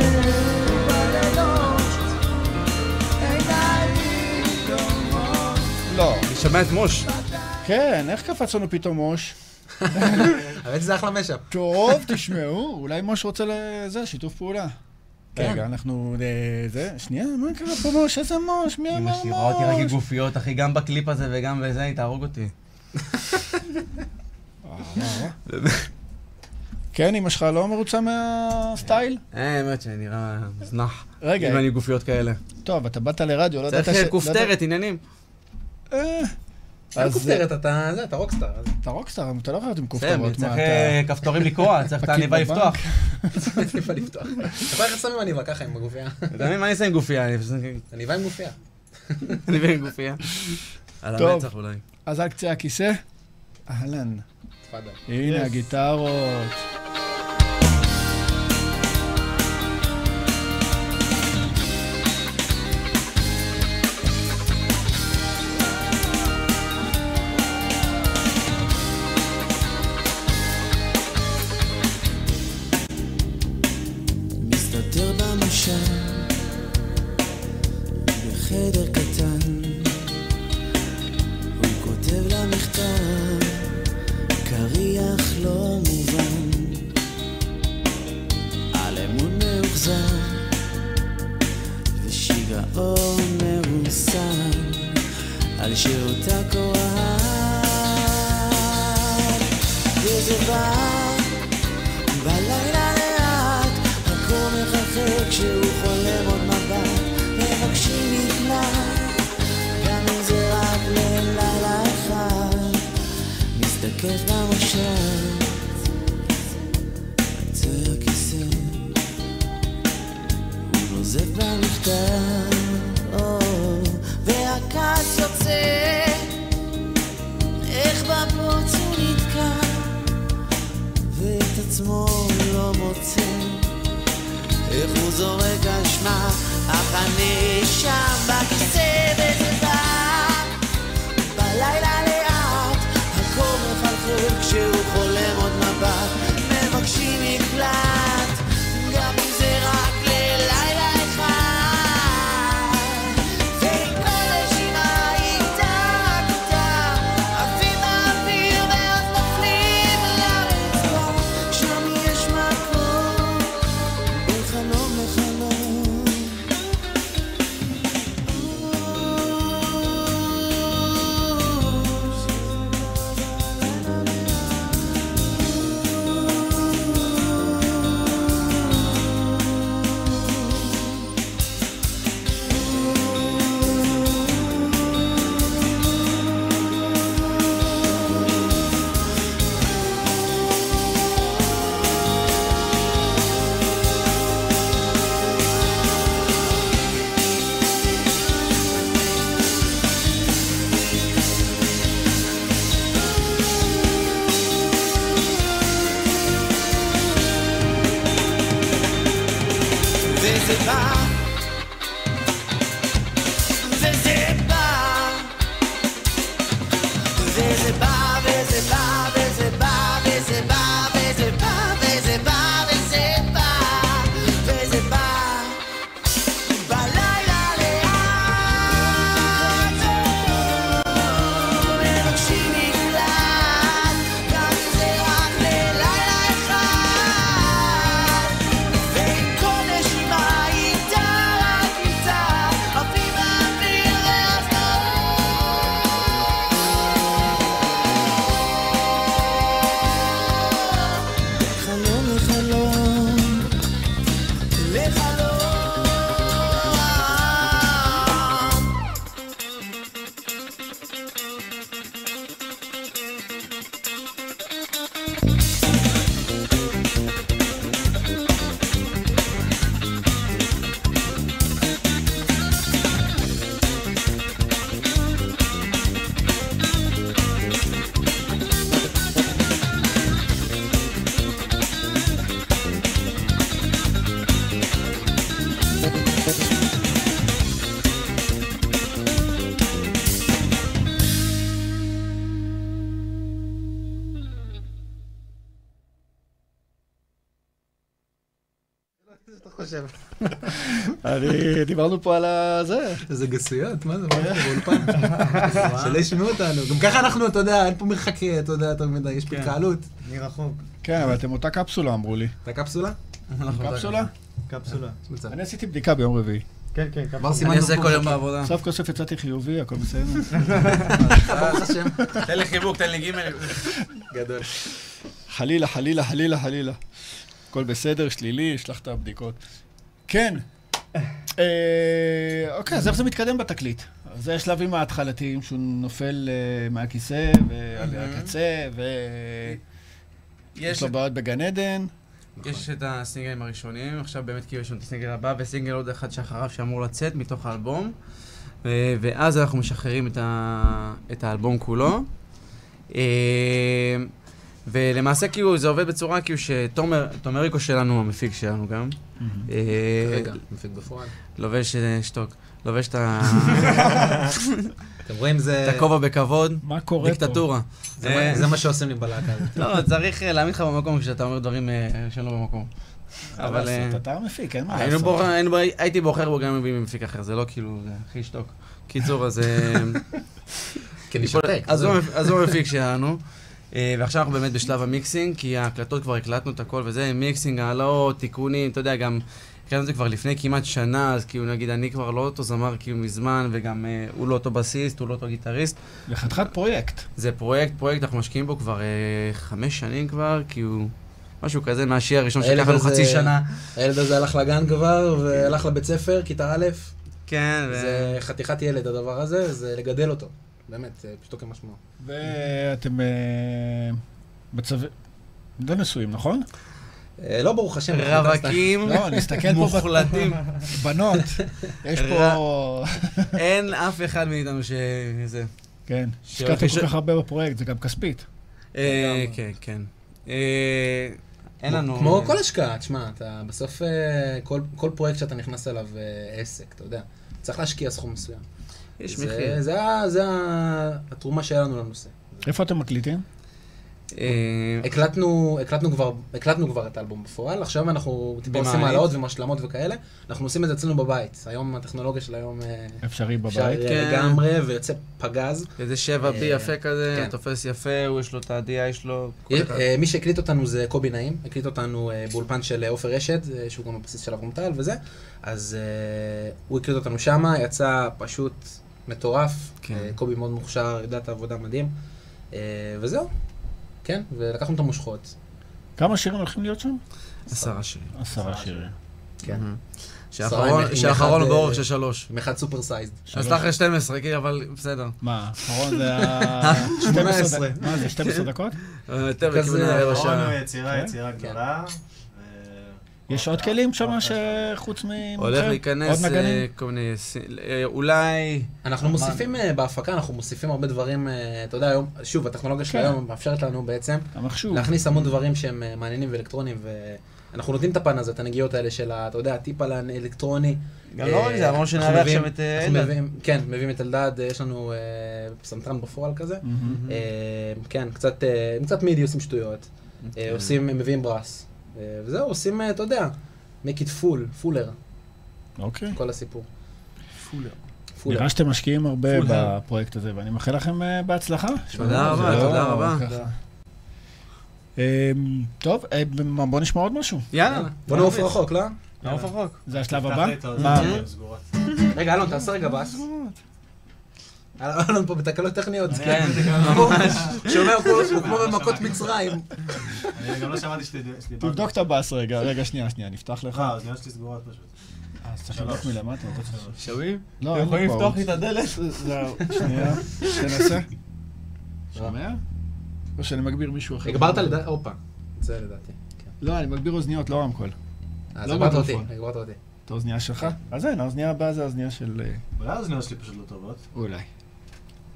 C: לא.
D: אני שומע את מוש.
C: כן, איך קפץ לנו פתאום מוש?
G: האמת שזה אחלה משאפ.
C: טוב, תשמעו, אולי מוש רוצה לזה, שיתוף פעולה.
D: כן.
C: רגע, אנחנו... אה, זה, שנייה, מה קרה פה מוש? איזה מוש? מי אמר
D: היא רואה אותי רק עם
C: מוש?
D: גופיות, אחי, גם בקליפ הזה וגם בזה, היא תהרוג אותי.
C: כן, אמא שלך לא מרוצה מהסטייל?
D: אה, האמת שאני נראה מזנח.
C: רגע,
D: אם אני גופיות כאלה.
C: טוב, אתה באת לרדיו, לא ידעת
D: צריך
C: ש...
D: אה,
C: לא ידעת-
D: כופתרת, עניינים.
C: אה,
D: אין
C: אז-
D: כופתרת, אתה זה, אתה רוקסטאר. אז-
C: אתה רוקסטאר, אתה לא יכול להיות עם
D: בסדר,
C: כופתרות,
D: צריך
C: מה
D: אה,
C: אתה...
D: כפתורים לקרוע, צריך את
C: פקיד
D: העניבה
C: בבנק?
D: לפתוח.
G: אני בא לפתוח. אתה איך שמים עניבה ככה עם הגופייה?
D: אתה יודע מה אני אעשה עם גופייה? אני-
G: עניבה עם גופייה.
D: אני מבין גופייה. על
C: טוב.
D: המצח אולי.
C: אז על קצה הכיסא, אהלן,
G: תפאדל.
C: הנה הגיטרות.
E: מסתתר במושב בחדר קטן הוא כותב לה מכתב קריא אך לא מובן על אמון מאוכזר ושיגעון מרוסן על שירותה קורעת וזה בא בלילה לאט, הכל מחכה כשהוא חולם עוד מבט, מבקשים מקלט, גם אם זה רק ללילה אחד, מסתכל במושב, עצר הכיסא, הוא נוזף במכתב, או, והכעס יוצא, איך בבוץ הוא נתקע ואת עצמו הוא לא מוצא. איך הוא זורק אשמה, אך אני שם בכיסא וזה בא. בלילה לאט, הכל מחלחל כשהוא חולם עוד מבט. מבקשים מקלט, גם אם זה רק ללילה אחד. וכל רשימה איתה רק אותה, עפים באוויר ואז נופלים לרצפה. שם יש מקום, בין חלום לחלום. וזה בא, וזה בא, וזה בא, וזה בא, וזה בא, וזה בא, וזה בא, וזה בא, וזה בא, וזה בא, בלילה לאט, מבקשים מקלט, גם אם זה רק ללילה אחד. ועם כל נשימה איתה רק נמצא, עפים באוויר ואז נעוף. חלום לחלום, לחלום.
C: אני, דיברנו פה על הזה.
G: איזה גסויות, מה זה, מה זה באולפן? שלא ישמעו אותנו. גם ככה אנחנו, אתה יודע, אין פה מרחק, אתה יודע, יותר מדי, יש פה
D: כן.
G: התקהלות.
F: אני רחוק.
C: כן, אבל אתם אותה קפסולה, אמרו לי.
G: אתה קפסולה?
C: קפסולה?
F: קפסולה.
G: מצב.
C: אני עשיתי בדיקה ביום רביעי.
F: כן, כן,
G: בר
F: קפסולה.
G: סימן
D: אני עושה
G: דוקו.
D: כל יום בעבודה.
C: סוף כל סוף יצאתי חיובי, הכל בסדר.
G: ברוך השם.
D: תן לי חיבוק, תן לי גימל.
G: גדול.
C: חלילה, חלילה, חלילה, חלילה. הכל בסדר, שלילי, אשלח את הבדיקות. כן. אה, אוקיי, אז איך זה מתקדם בתקליט? אז זה השלבים ההתחלתיים, שהוא נופל אה, מהכיסא ועל הקצה, ויש
D: יש
C: לו בעיות בגן עדן.
G: נכון.
D: יש את הסינגלים הראשונים, עכשיו באמת כאילו יש לנו את הסינגל הבא וסינגל עוד אחד שאחריו שאמור לצאת מתוך האלבום ו- ואז אנחנו משחררים את, ה... את האלבום כולו אה, ולמעשה כאילו זה עובד בצורה כאילו שתומר, תומריקו שלנו הוא המפיק שלנו גם אה,
G: רגע, מפיק בפועל.
D: לובש, אה, שתוק, לובש את ה-
G: אתם רואים,
D: את
G: זה
D: הכובע בכבוד,
C: מה קורה פה?
D: דיקטטורה. אה,
G: זה מה- זה מה שעושים לי בלהקה הזאת.
D: לא, צריך אה, להעמיד לך במקום כשאתה אומר דברים אה, שלא במקום. אבל... אה,
C: אתה המפיק, אין מה
D: היינו
C: לעשות.
D: בוחר, היינו, בוחר- הייתי בוחר בו גם אם הוא מפיק אחר, זה לא כאילו, זה הכי שתוק. קיצור, אז... אה,
G: כי אני שותק.
D: אז הוא המפ- אז הוא המפיק שלנו. אה, ועכשיו אנחנו באמת בשלב המיקסינג, כי ההקלטות כבר הקלטנו את הכל וזה, מיקסינג, העלאות, תיקונים, אתה יודע, גם הקלטנו את זה כבר לפני כמעט שנה, אז כאילו נגיד, אני כבר לא אותו זמר כאילו מזמן, וגם אה, הוא לא אותו בסיסט, הוא לא אותו גיטריסט.
C: זה חתיכת פרויקט.
D: זה פרויקט, פרויקט, אנחנו משקיעים בו כבר אה, חמש שנים כבר, כאילו, משהו כזה, מהשיר הראשון
G: הילד
D: שלקח לנו
G: הזה-
D: חצי שנה.
G: הילד הזה הלך לגן כבר, והלך לבית ספר, כיתה א',
D: כן, ו...
G: זה חתיכת ילד הדבר הזה, זה לגדל אותו. באמת, זה פשוטו כמשמעו.
C: ואתם אה, בצווי... לא נשואים, נכון?
G: אה, לא, ברוך השם. אנחנו סתם-
D: רווקים
C: לא, נסתכל פה
D: מוחלטים.
C: בנות. יש פה...
D: אין אף אחד מאיתנו שזה...
C: כן.
D: שיהיה
C: השקעתם
D: רכישה-
C: כל כך הרבה בפרויקט, זה גם כספית.
D: אה, כן, כן. אה, אין לנו...
G: כמו כל השקעה, תשמע, אתה בסוף, אה, כל- כל פרויקט שאתה נכנס אליו אה, עסק, אתה יודע. צריך להשקיע סכום מסוים.
D: יש
G: זה-
D: מחיר.
G: זה ה- זה ה- התרומה שלנו לנושא.
C: איפה אתם מקליטים?
D: אה,
G: הקלטנו, הקלטנו, כבר, הקלטנו כבר את האלבום בפועל, עכשיו אנחנו טיפה
D: במעלית.
G: עושים העלאות ומשלמות וכאלה, אנחנו עושים את זה אצלנו בבית. היום הטכנולוגיה של היום אה,
C: אפשרי
G: אפשר
C: בבית.
G: אה,
D: כן.
G: לגמרי ויוצא פגז.
D: איזה שבע בי
G: אה,
D: יפה כזה,
G: כן.
D: תופס יפה, הוא יש לו את ה-DI, יש לו... כל
G: אה,
D: אחד.
G: אה, מי שהקליט אותנו זה קובי נעים, הקליט אותנו אה, באולפן של אה, עופר אשד, אה, שהוא גם הבסיס של אברומטל וזה, אז אה, הוא הקליט אותנו שמה, יצא פשוט מטורף,
D: כן.
G: אה, קובי מאוד מוכשר, יודע את העבודה מדהים, אה, וזהו, כן, ולקחנו את המושכות.
C: כמה שירים הולכים להיות שם?
G: אה,
D: עשרה שירים.
C: עשרה שירים.
G: כן.
D: שהאחרון-
G: עם- עם
D: שהאחרון
G: אחד,
D: הוא באורך
G: אה,
D: של שלוש.
G: עם אחד סופר סייזד.
D: אז אתה אחרי 12, כן, אבל בסדר.
C: מה, אחרון זה ה...
F: 18.
C: מה זה, 12 דקות?
D: אה, יותר
G: כזה- אה,
D: בכיוון הרבע
H: האחרון הוא
D: שעה.
H: יצירה,
C: כן?
H: יצירה
G: כן.
H: גדולה. אה, ו-
C: יש עוד כלים שם שחוץ מ...
D: הולך להיכנס
C: עוד נגנים?
D: אה, כל מיני... ס- אה, אולי...
G: אנחנו מוסיפים אה, בהפקה, אנחנו מוסיפים הרבה דברים, אה, אתה יודע, היום, שוב, הטכנולוגיה של
C: כן.
G: היום מאפשרת לנו בעצם
C: המחשוב.
G: להכניס המון דברים שהם אה, מעניינים ואלקטרונים, ואנחנו נותנים את הפן הזה, את הנגיעות האלה של, ה- אתה יודע, הטיפ על האלקטרוני. אה,
D: גם לא רק זה, אמרנו
G: אנחנו
D: שנארח
G: מביאים-
D: שם את, אה,
G: אנחנו
D: אלדד.
G: מביאים- כן, מביאים את אלדד, אה, יש לנו אה, פסנתרן בפועל כזה.
C: מהמם.
G: אה, כן, קצת, אה, קצת מידי עושים שטויות.
D: אוקיי.
G: אה, עושים, מביאים ברס. אה, וזהו, עושים, אה, אתה יודע, make it full, fuller,
C: אוקיי.
G: כל הסיפור. fuller.
C: נראה שאתם משקיעים הרבה
D: פול הר.
C: בפרויקט הזה, ואני מאחל לכם אה, בהצלחה.
D: תודה
C: זה
D: רבה,
C: לא
D: תודה רבה.
C: ככה. אמ, טוב, אה, ב- בוא נשמע עוד משהו.
D: יאללה.
G: בוא נעוף רחוק, לא?
D: נעוף רחוק.
C: זה השלב
H: פתח
C: הבא?
H: לי את האוזן,
C: מה?
D: כן.
H: הן סגורות.
G: רגע, אלון, תעשה רגע בס. אלון פה בתקלות טכניות.
D: כן.
G: שומע, הוא כמו במכות מצרים.
H: אני
F: כן.
H: גם לא שמעתי שתד- שדיברת.
C: תבדוק את הבאס רגע, רגע, שנייה, שנייה, נפתח לך.
H: אה, האוזניות שלי סגורות פשוט.
C: אה, אז צריך לבדוק מלמטה. אתה צריך-
D: שומעים?
C: לא, אין לי פה.
H: את הדלת?
C: זהו, שנייה, תנסה. שומע? או שאני מגביר מישהו אחר.
G: הגברת לדעתי, הופה. זה לדעתי. כן.
C: לא, אני מגביר אוזניות, לא רמקול.
G: אז
C: לא
G: הגברת אותי,
C: מיקרופון.
G: הגברת אותי.
C: את האוזנייה שלך? אז אין, האוזנייה הבאה זה האוזנייה של... אה,
H: אולי האוזניות שלי פשוט לא טובות.
C: אולי.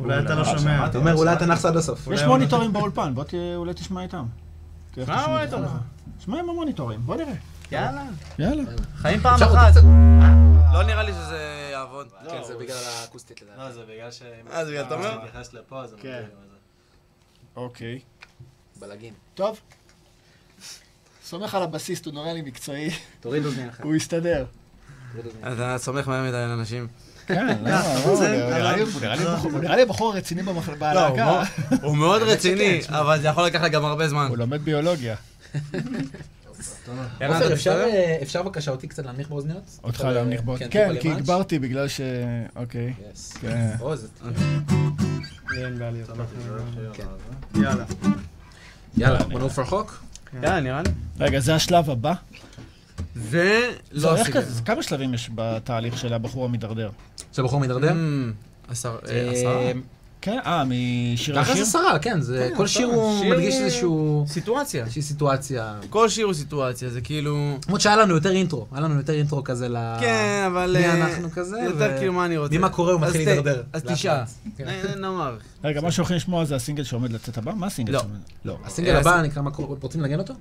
F: אולי אתה לא שומע.
H: שמעתי.
G: אתה אומר, אולי אתה נחס עד הסוף.
C: יש
F: אולי-
C: מוניטורים באולפן, בוא תהיה- אולי תשמע איתם. תראה איך
D: מה
C: תשמע
D: המוניטורים?
C: איתם. שמע עם המוניטורים, בוא נראה.
D: יאללה.
C: יאללה.
D: חיים פעם
G: אפשר
D: אחת.
G: אותי קצת?
D: לא נראה לי שזה יעבוד.
G: כן, זה בגלל האקוסטית לדעתי.
H: לא, זה בגלל ש...
D: אה, זה בגלל תומר?
H: אם תתייחס לפה, אז אני
C: כן.
H: מגיע לזה.
C: אוקיי.
G: בלאגים.
C: טוב. סומך על הבסיסט, הוא נראה לי מקצועי.
G: תוריד אוזניה אחת.
C: הוא יסתדר.
G: תוריד אוזניה.
D: אתה סומך מהר מדי על אנשים.
C: כן, לא, הוא נראה לי- הוא נראה לי בחור- לא, הוא נראה לי בחור רציני במח-
D: הוא
C: בהלהקה.
D: הוא מאוד רציני, אבל זה יכול לקחת גם הרבה זמן.
C: הוא לומד ביולוגיה.
D: יאללה,
G: עופר,
D: אתה
G: אפשר,
D: מצטרף?
G: אה, אפשר בבקשה אותי קצת להנמיך באוזניות?
C: אותך
G: טיפה ל-
C: להמליך באות.
G: טיפה
C: כן, כי
G: למעלה.
C: הגברתי בגלל ש... אוקיי.
G: Yes.
C: כן.
G: או, זה-
F: אין בעיה להיות.
G: כן.
F: יאללה.
G: יאללה, בוא נעוף רחוק.
D: יאללה, כן, נראה לי.
C: רגע, זה השלב הבא?
D: זה
C: זה
D: לא
C: הולך
D: הסיגר.
C: לא כזה, כמה שלבים יש בתהליך של הבחור המידרדר?
G: עכשיו בחור מידרדר?
D: אמ, עשר- אה, עשרה?
G: Mm, אה,
C: כן, אה, משיר
G: תכלס
C: לשיר?
G: עשרה, כן, זה,
D: כן,
G: כל
D: עשרה.
G: שיר הוא
D: שיר-
G: מדגיש איזשהו,
D: סיטואציה.
G: איזושהי סיטואציה.
D: כל שיר הוא סיטואציה, זה כאילו...
G: למרות שהיה לנו יותר אינטרו, היה לנו יותר אינטרו כזה ל...
D: כן, אבל...
G: מי
D: אה,
G: אנחנו כזה,
D: יותר
G: ו-
D: כאילו מה אני רוצה.
G: ממה קורה הוא
D: אז
G: מתחיל
D: ת-
G: להידרדר.
D: אז
G: לאט
D: תשעה.
G: לאט. כן.
D: אה, נאמר.
C: רגע, מה שהולכים לשמוע זה הסינגל שעומד לצאת הבא? מה הסינגל
D: לא.
C: שעומד? לא.
G: הסינגל
D: אה,
G: הבא נקרא מה קורה, רוצים לנגן אותו?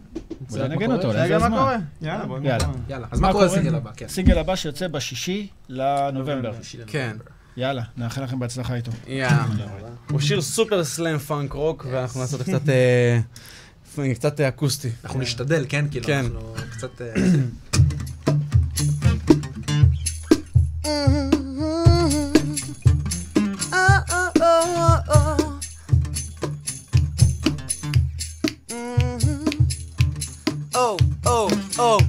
C: אולי
G: מה
C: נגן
G: קורה?
C: אותו, אולי
D: רגע,
C: זה הזמן.
D: מה קורה?
F: יאללה, בואי
C: יאללה.
F: נראה.
G: יאללה, אז מה קורה הסינגל הבא? כן.
C: סינגל הבא שיוצא בשישי לנובמבר.
D: כן.
C: יאללה, נאחל לכם בהצלחה איתו.
D: יאללה. הוא שיר סופר סלאם פאנק רוק, ואנחנו נעשה אותו קצת... אה, קצת אה, אקוסטי.
G: אנחנו נשתדל, כן? כאילו,
D: כן.
G: אנחנו קצת... אה,
E: Mm-hmm. Oh, oh, oh.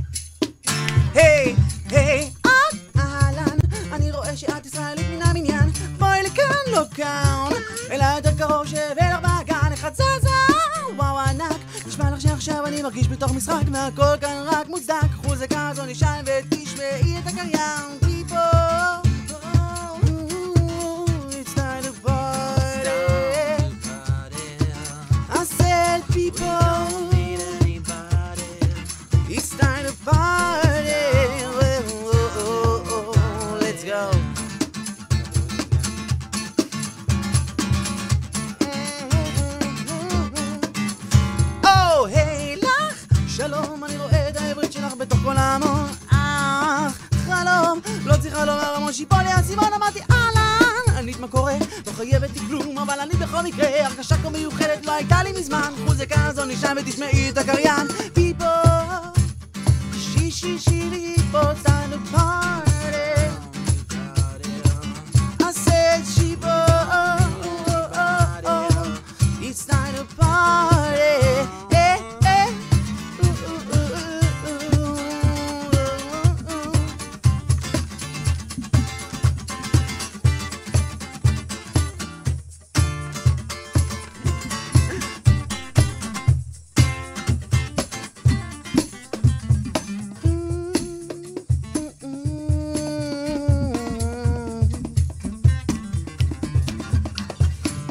E: היי, היי, את אהלן, אני רואה שאת ישראלית מן המניין. בואי לכאן, לא כאן, אלא יותר קרוב שבל ארבע גן, אחד זזה, וואו ענק. נשמע לך שעכשיו אני מרגיש בתוך משחק, והכל כאן רק מוצדק. קחו זה כזו נשען ותשמעי את הקריין. People, it's time to party. I said people don't need anybody. It's time to party. Whoa, whoa, whoa, whoa. Let's go. או, היי Oh, לך, שלום, אני רואה את העברית שלך בתוך כל ההמון. אך, חלום, לא צריכה לומר המון שיפול לי האסימון, אמרתי אהלן, ענית מה קורה, לא חייבת לי כלום, אבל אני בכל מקרה, הרגשה כה מיוחדת לא הייתה לי מזמן, קחו זה כזו נשם ותשמעי את הקריין, פיפו, שישי שירי פה, time to party. I said שיפו, It's time to party. Eh, eh. Ooh, ooh, ooh, ooh, ooh, ooh, ooh.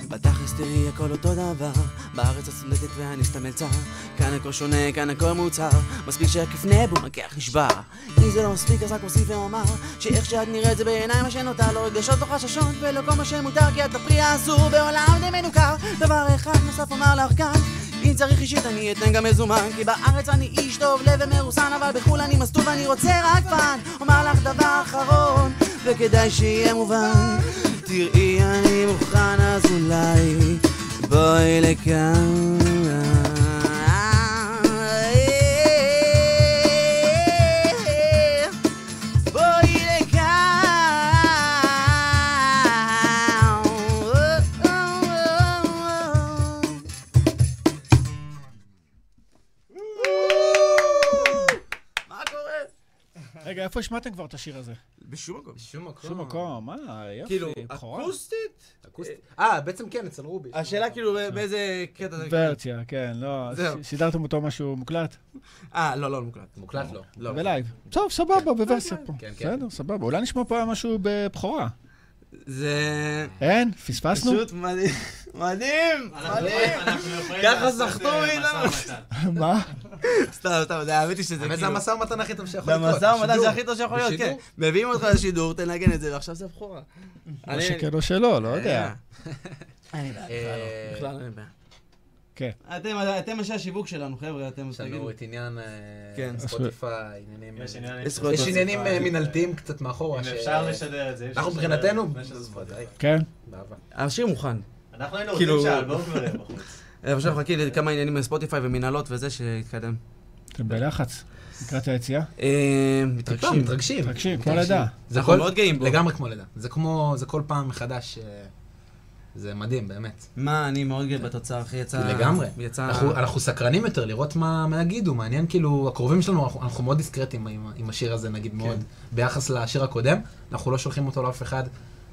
E: בתכלס תראי הכל אותו דבר, בארץ הסטודנטית והניסט המלצר, כאן הכל שונה, כאן הכל מוצר, מספיק שהכפנה בו מגח נשבר. אם זה לא מספיק אז רק אוסיף ואומר, שאיך שאת נראית זה בעיניי מה שנותר, לא רגשות, לא חששות, ולא כל מה שמותר, כי את הפרי האסור בעולם די מנוכר. דבר אחד נוסף אומר לך כאן, אם צריך אישית אני אתן גם מזומן כי בארץ אני איש טוב לב ומרוסן אבל בחו"ל אני מסטול ואני רוצה רק פן אומר לך דבר אחרון וכדאי שיהיה מובן תראי אני מוכן אז אולי בואי לכאן בואי לכאן
C: רגע, איפה השמעתם כבר את השיר הזה?
D: בשום מקום.
G: שום מקום.
C: שום מקום, אה, יופי,
D: כאילו,
C: בכורה.
D: אקוסטית?
G: אקוסטי. נכון. אה, בעצם כן, אצל רובי. אה.
D: השאלה כאילו באיזה קטע זה...
C: ורציה, כן, לא,
D: זהו.
C: ש- שידרתם אותו משהו מוקלט?
D: אה, לא, לא מוקלט.
G: מוקלט לא.
D: לא.
C: בלייב. טוב, סבבה, בוורסיה פה.
G: כן, כן.
C: בסדר, סבבה. אולי נשמע פה משהו בבכורה.
D: זה...
C: אין? פספסנו?
D: פשוט מדהים. מדהים!
G: לא-
D: מדהים! ככה סחטו מאיתנו.
C: מה?
D: סתם, סתם, זה האמת היא שזה
G: אבל זה
D: כאילו...
G: המשא ומתן הכי טוב שיכול לקרות.
D: במשא ומתן
G: בשידור.
D: זה הכי טוב שיכול להיות, כן.
G: בשידור?
D: מביאים אותך לשידור, תנגן את זה, ועכשיו זה הבכורה.
C: או שכן או שלא, לא יודע.
G: אה,
D: בכלל לא, אין בעיה.
C: כן.
D: אתם, אתם אנשי השיווק שלנו, חבר'ה, אתם
G: יש לנו את עניין אה,
D: כן. לא,
G: ספוטיפיי, עניינים...
H: יש
G: אה,
H: עניין-
D: יש זכויות
G: יש עניינים אה,
H: ספוטיפיי.
G: מנהלתיים קצת מאחורה.
H: אם
G: ש-
H: אפשר לשדר את זה. אי אפשר
G: אנחנו
H: לשדר
G: מבחינתנו,
H: את זה לפני שזה ספוטיפיי.
C: כן?
G: באהבה.
D: השיר מוכן.
H: אנחנו היינו רוצים
D: כאילו-
H: שהאלבום כבר יהיה בחוץ.
D: אה, עכשיו חכי לכמה עניינים מספוטיפיי ומנהלות וזה, שיתקדם.
C: אתם בלחץ. לקראת היציאה?
D: אה,
G: טיפה,
D: מתרגשים.
G: מתרגשים.
C: תקשיב, כמו לידה.
G: זה
D: אנחנו
G: כל-
D: מאוד גאים בו.
G: לגמרי כמו לידה. זה כמו, זה כל פעם מחדש. אה, זה מדהים, באמת.
D: מה, אני מאוד גאה בתוצאה, אחי, יצא...
G: לגמרי.
D: יצא...
G: אנחנו- אנחנו סקרנים יותר לראות מה מה יגידו, מעניין כאילו, הקרובים שלנו, אנחנו- אנחנו מאוד דיסקרטים עם ה- עם השיר הזה נגיד מאוד, ביחס לשיר הקודם, אנחנו לא שולחים אותו לאף אחד,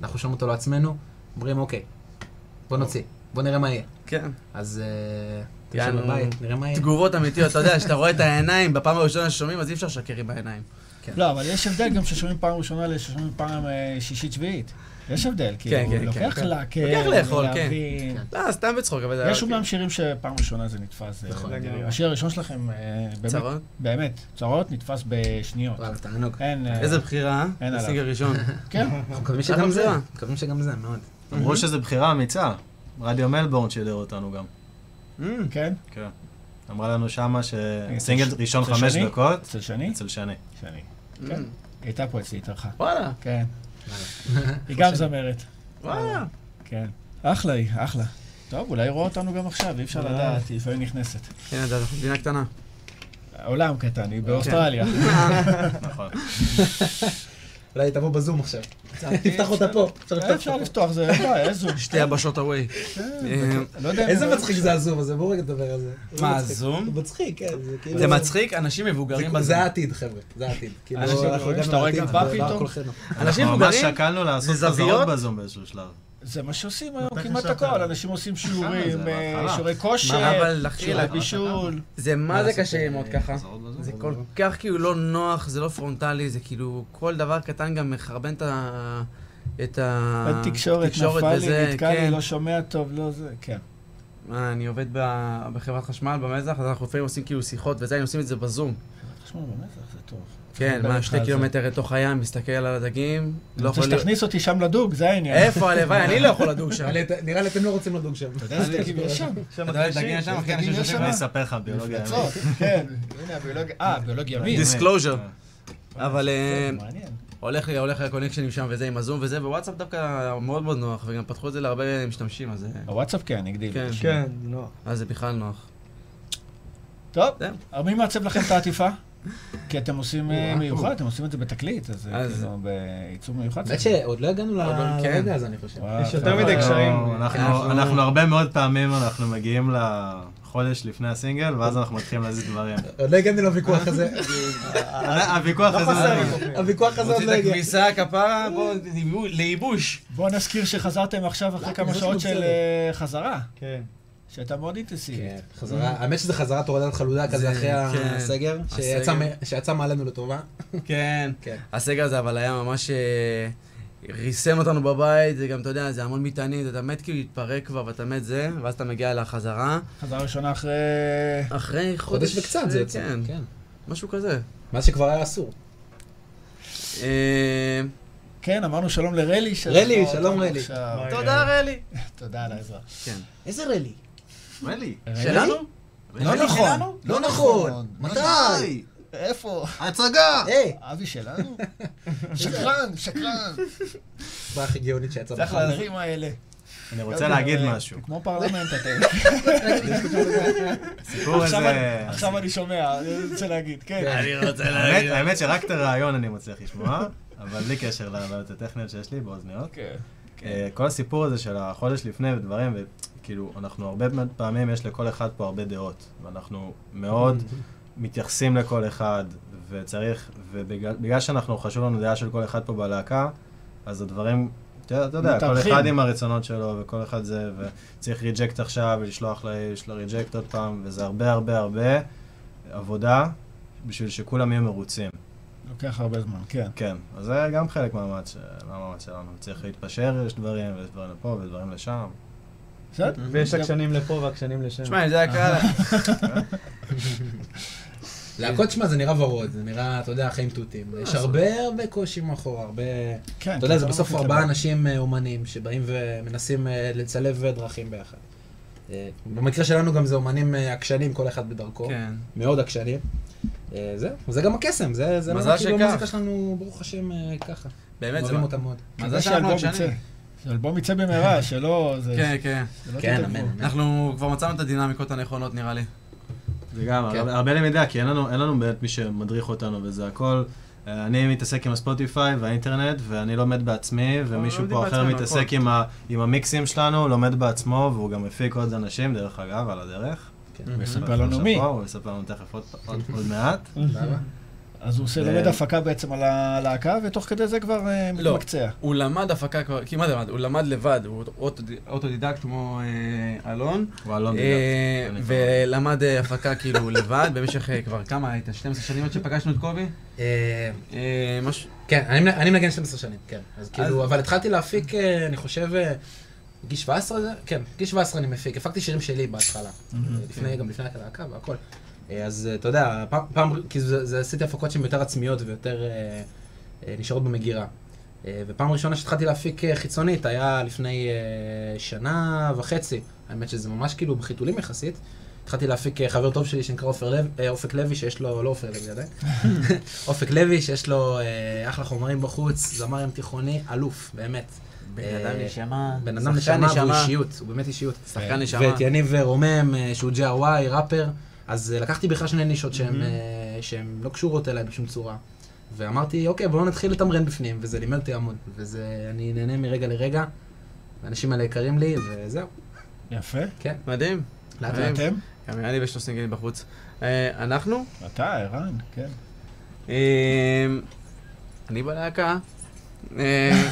G: אנחנו שולחים אותו לעצמנו, אומרים אוקיי, בוא נוציא, בוא נראה מה יהיה.
D: כן.
G: אז אה,
D: יענו,
G: תשב בבית, נראה מה יהיה.
D: תגובות אמיתיות, אתה יודע, שאתה רואה את העיניים, בפעם הראשונה ששומעים, אז אי אפשר לשקר עם העיניים.
C: לא, אבל יש הבדל גם ששומעים פעם ראשונה לששומעים פעם אה, שישית שביעית. יש הבדל, כאילו,
D: כן,
C: לוקח
D: כן.
C: לעכל,
D: לוקח לאכול, כן.
C: להבין.
D: לא, סתם בצחוק, אבל...
C: יש אומנם שירים שפעם ראשונה זה נתפס. אה,
G: נכון,
C: נראה.
F: לגמרי.
C: השיר הראשון שלכם, אה, באמת,
D: צרות?
C: באמת, צרות נתפס בשניות.
G: וואלה, תענוג.
C: אין, אה,
D: איזה בחירה,
C: אין
D: אה? הסינג הראשון.
C: כן,
G: אנחנו מקווים
D: אחלה
G: שגם זה,
D: בחירה.
G: מקווים שגם זה, מאוד.
H: אמרו שזו בחירה אמיצה. רדיו מלבורן שידר אותנו גם.
D: אמ,
C: כן,
H: כן. אמרה לנו שמה
C: אצל
H: שסינגל
C: ש-
H: ראשון
C: אצל
H: חמש
C: שני?
H: דקות,
C: אצל שני?
H: אצל שני.
C: שני.
D: אמ.
C: כן. היא הייתה פה אצלי, התארחה.
D: וואלה,
C: כן. היא גם זמרת.
D: וואלה.
C: כן. אחלה היא, אחלה. טוב, אולי היא רואה אותנו גם עכשיו, אי אפשר לדעת, היא לפעמים נכנסת.
D: כן, אתה יודע, מדינה קטנה.
C: העולם קטן,
D: כן.
C: היא באוסטרליה.
H: נכון.
G: אולי היא תבוא בזום עכשיו. תפתח אותה פה. אפשר
C: אה,
G: לפתוח
C: אפשר
G: אותה פה.
C: לפתוח, זה לא, איזה זום.
D: שתי יבשות הווי. אמ,
C: לא יודע אם-
G: איזה מצחיק זה הזום הזה, בואו רגע נדבר על זה.
D: מה,
G: מצחיק.
D: הזום?
G: זה מצחיק, כן. זה כאילו...
D: זה מצחיק, אנשים מבוגרים
G: זה-
D: בזום.
G: זה העתיד, חבר'ה, זה העתיד. כאילו,
C: אנשים
G: אנחנו
C: רואים
G: הגענו
C: שאתה רואה
G: לעתיד,
C: גבה
G: זה בא
C: פתאום?
G: כולכם.
D: אנשים
H: אנחנו ממש
D: מבוגרים,
H: שקלנו לעשות
D: זה זוויות?
H: חזרות בזום באיזשהו שלב.
C: זה מה שעושים היום
H: בטח
C: כמעט
H: יש לך.
C: הכל, אנשים עושים שיעורים,
H: זה
C: אה,
H: בהתחלה.
C: שיעורי כושר,
D: אבל אחי,
C: שיעורי
H: אבל-
C: בישול.
D: זה מה זה
G: לעשות,
D: קשה ללמוד
G: אה,
D: ככה.
H: חזרות בזום?
D: זה כל כך כאילו לא נוח, זה לא פרונטלי, זה כאילו כל דבר קטן גם מחרבן את ה... את ה...
C: התקשורת נפל
D: וזה,
C: לי, נתקע לי,
D: כן.
C: לא שומע טוב, לא זה, כן.
D: מה, אני עובד ב- בחברת חשמל במזח, אז אנחנו לפעמים עושים כאילו שיחות וזה, היינו עושים את זה בזום.
C: תשמע, במזח זה טוב.
D: כן,
C: בטח,
D: מה, שתי
C: אז-
D: קילומטר לתוך הים, מסתכל על הדגים,
C: אני
D: לא
C: רוצה
D: יכול... להיות-
C: שתכניס אותי שם לדוג, זה העניין.
D: איפה הלוואי? אני לא יכול לדוג שם.
G: אבל את- נראה לי אתם לא רוצים לדוג שם.
C: אתה יודע איזה דגים יש שם?
F: שם
D: אתה יודע,
F: הכבישים.
D: דגים לא, כן, יש שם, אחי,
C: דגים
D: אנשים
C: יש
D: שותים
C: שם?
H: אני אספר לך ביולוגיה.
C: מפלצות, כן. הנה, הביולוגיה, אה, ביולוגיה מין.
D: דיס- Disclosure. אבל אה,
C: מעניין.
D: הולך לי, הולך לי הקונקשנים שם וזה עם הזום וזה, ווואטסאפ דווקא מאוד מאוד נוח, וגם פתחו את זה להרבה משתמשים, אז זה-
C: הוואטסאפ כן, הגדיל.
D: כן.
F: כן, נו.
D: אז זה בכלל נוח.
C: טוב,
D: זהו.
C: אבל מי מעצב לכם את העטיפה? כי אתם עושים אה, מיוחד, אתם עושים את זה בתקליט, אז אה,
D: אז-
C: כאילו בעיצוב מיוחד.
G: האמת שעוד לא הגענו ל-
D: כן.
G: לרגע הזה, אני חושב.
C: וואו,
F: יש יותר
C: חבר'ה,
F: מדי קשרים.
H: אנחנו אנחנו הרבה מאוד פעמים אנחנו מגיעים לחודש לפני הסינגל, ואז אנחנו מתחילים להזיז דברים.
G: עוד לא הגענו לוויכוח הזה.
H: הוויכוח הזה...
G: הוויכוח הזה עוד
D: מוציא
G: לא
D: את
G: הגיע.
D: הכביסה, כפרה, בוא, לייבוש.
C: בואו נזכיר שחזרתם עכשיו אחרי
G: לא,
C: כמה
G: זה
C: שעות
G: בסדר.
C: של אה, חזרה,
F: כן.
C: שהייתה מאוד אינטנסיבית.
G: כן, חזרה, האמת שזה חזרת הורדת חלודה כזה
D: זה-
G: אחרי
D: כן.
G: הסגר, שיצא
D: הסגר.
G: מ- שיצא מעלינו לטובה.
D: כן.
G: כן.
D: הסגר הזה אבל היה ממש... אה, ריסן אותנו בבית, זה גם, אתה יודע, זה המון מטענים, אתה מת כאילו להתפרק כבר ואתה מת זה, ואז אתה מגיע לחזרה.
C: חזרה ראשונה אחרי...
D: אחרי חודש...
G: חודש וקצת זה
D: אה,
G: יוצא.
D: כן,
G: כן.
D: משהו כזה.
G: מה שכבר היה אסור.
D: אה,
C: כן, אמרנו שלום לרלי. שלום
G: רלי,
C: אותנו
G: שלום רלי.
C: עכשיו. אה,
F: ביי.
D: תודה רלי.
C: תודה על העזרה.
D: כן.
G: איזה רלי?
H: רלי.
D: שלנו?
C: לא
G: רלי
C: נכון.
G: שלנו? לא נכון. מתי? אה,
C: איפה?
H: הצגה!
G: היי,
C: אבי שלנו? שקרן, שקרן.
G: מה הכי גאונית שיצא
C: זה
G: בחיים.
C: החברים האלה.
H: אני רוצה להגיד
C: אה,
H: משהו.
C: כמו פרלמנט אתם.
H: הסיפור
C: עכשיו
H: הזה...
C: אני- עכשיו אני שומע, אני רוצה להגיד, כן.
D: אני רוצה
H: האמת- האמת שרק את הרעיון אני מצליח לשמוע, אבל בלי קשר לבעיות הטכניות שיש לי באוזניות.
C: כן.
H: אה, כל הסיפור הזה של החודש לפני ודברים, וכאילו, אנחנו הרבה מאוד פעמים, יש לכל אחד פה הרבה דעות, ואנחנו מאוד מתייחסים לכל אחד, וצריך, ובגלל בגלל שאנחנו, חשוב לנו דעה של כל אחד פה בלהקה, אז הדברים, אתה יודע- אתה יודע, כל
C: מתהפכים.
H: אחד עם הרצונות שלו, וכל אחד זה, וצריך ריג'קט עכשיו, ולשלוח לאיש לריג'קט עוד פעם, וזה הרבה הרבה הרבה עבודה בשביל שכולם יהיו מרוצים.
C: לוקח הרבה זמן, כן.
H: כן, אז זה גם חלק מהמאמץ, מהמאמץ שלנו. צריך להתפשר, יש דברים, ויש דברים לפה ודברים לשם.
C: בסדר?
F: כן. ויש עקשנים לפה ועקשנים לשם.
D: תשמע, אם זה היה קל...
G: להקות, שמע, זה נראה ורוד, זה נראה, אתה יודע, חיים תותים. יש הרבה הרבה קושי מאחורה, הרבה...
C: כן,
G: אתה יודע, זה
C: לא
G: בסוף
C: מתלבט.
G: ארבעה אנשים אה, אומנים שבאים ומנסים אה, לצלב אה, דרכים ביחד. אה, במקרה שלנו גם זה אומנים אה, עקשנים, כל אחד בדרכו.
D: כן.
G: מאוד עקשנים. אה, זהו, זה גם הקסם, זה זה
D: מזל
G: כאילו
D: שכך.
G: המוזיקה שלנו, ברוך השם, אה, ככה.
D: באמת, זה...
G: אוהבים אותה מאוד.
D: מזל
C: מזל
D: שאנחנו
C: שהאלבום
D: עקשנים.
C: יצא. שהאלבום יצא במהרה, שלא... זה- לא
D: כן, כן.
C: שלא
G: כן,
C: תתעכבו.
G: אמן.
D: אנחנו כבר מצאנו את הדינמיקות הנכונות, נראה לי.
H: זה גם,
G: כן.
H: הרבה- הרבה למידה, כי אין לנו, אין לנו באמת מי שמדריך אותנו, וזה הכל. אה, אני מתעסק עם הספוטיפיי והאינטרנט, ואני לומד בעצמי, ומישהו
D: לומדים
H: פה אחר
D: בעצמנו,
H: מתעסק
D: לא הכל.
H: עם, ה, עם המיקסים שלנו, לומד בעצמו, והוא גם מפיק עוד אנשים, דרך אגב, על הדרך.
C: הוא יספר לנו מי.
H: הוא יספר לנו תכף עוד, עוד, עוד מעט.
C: אז הוא עושה,
H: ו-
C: לומד הפקה בעצם על הלהקה, ותוך כדי זה כבר אה,
D: לא.
C: מתמקצע.
D: הוא למד הפקה כבר, כמעט למד, הוא למד לבד, הוא אוטוד- אוטודידקט כמו אה, אלון.
H: וואלון,
D: אה,
H: דידקט.
D: ולמד אה, הפקה כאילו לבד במשך אה, כבר כמה היית? 12 שנים עד שפגשנו את קובי?
G: אה,
D: אה, משהו-
G: כן, אני מנ- אני מנגן 12 שנים, כן. אז כאילו, אבל התחלתי להפיק, אה, אני חושב, אה, בגיל 17, זה- כן, בגיל 17 אני מפיק. הפקתי שירים שלי בהתחלה.
D: כן.
G: לפני, גם לפני הלהקה והכל. אה, אז אה, אתה יודע, פעם- פעם, כאילו, זה זה- עשיתי הפקות שהן יותר עצמיות ויותר אה, אה, נשארות במגירה. אה, ופעם ראשונה שהתחלתי להפיק אה, חיצונית, היה לפני אה, שנה וחצי. האמת שזה ממש כאילו בחיתולים יחסית. התחלתי להפיק אה, חבר טוב שלי שנקרא עופר לב- אה, אופק לוי, שיש לו, לא עופר לוי עדיין, אופק לוי, שיש לו אה, אחלה חומרים בחוץ, זמר ים תיכוני, אלוף, באמת.
D: בן אדם
G: אה,
D: נשמה.
G: בן אדם
D: שחקן
G: נשמה, והוא
D: נשמה. כן.
G: אישיות, הוא באמת אישיות.
D: שחקן נשמה.
G: ואת יניב רומם, אה, שהוא ג'י.וואי, ראפר, אז אה, לקחתי בכלל שני נישות שהן אה, שהן לא קשורות אליי בשום צורה. ואמרתי, אוקיי, בואו נתחיל לתמרן בפנים, וזה לימד אותי המון, וזה, אני נהנה מרגע לרגע, האנשים האלה יקרים לי, וזהו,
C: יפה.
D: אה. מדהים.
G: לאט
D: אה,
G: לאט.
C: ואתם?
D: גם נראה לי ויש לו סינגלים בחוץ. אה, אנחנו?
C: אתה, ערן, כן.
D: אה, אני בלהקה. אה,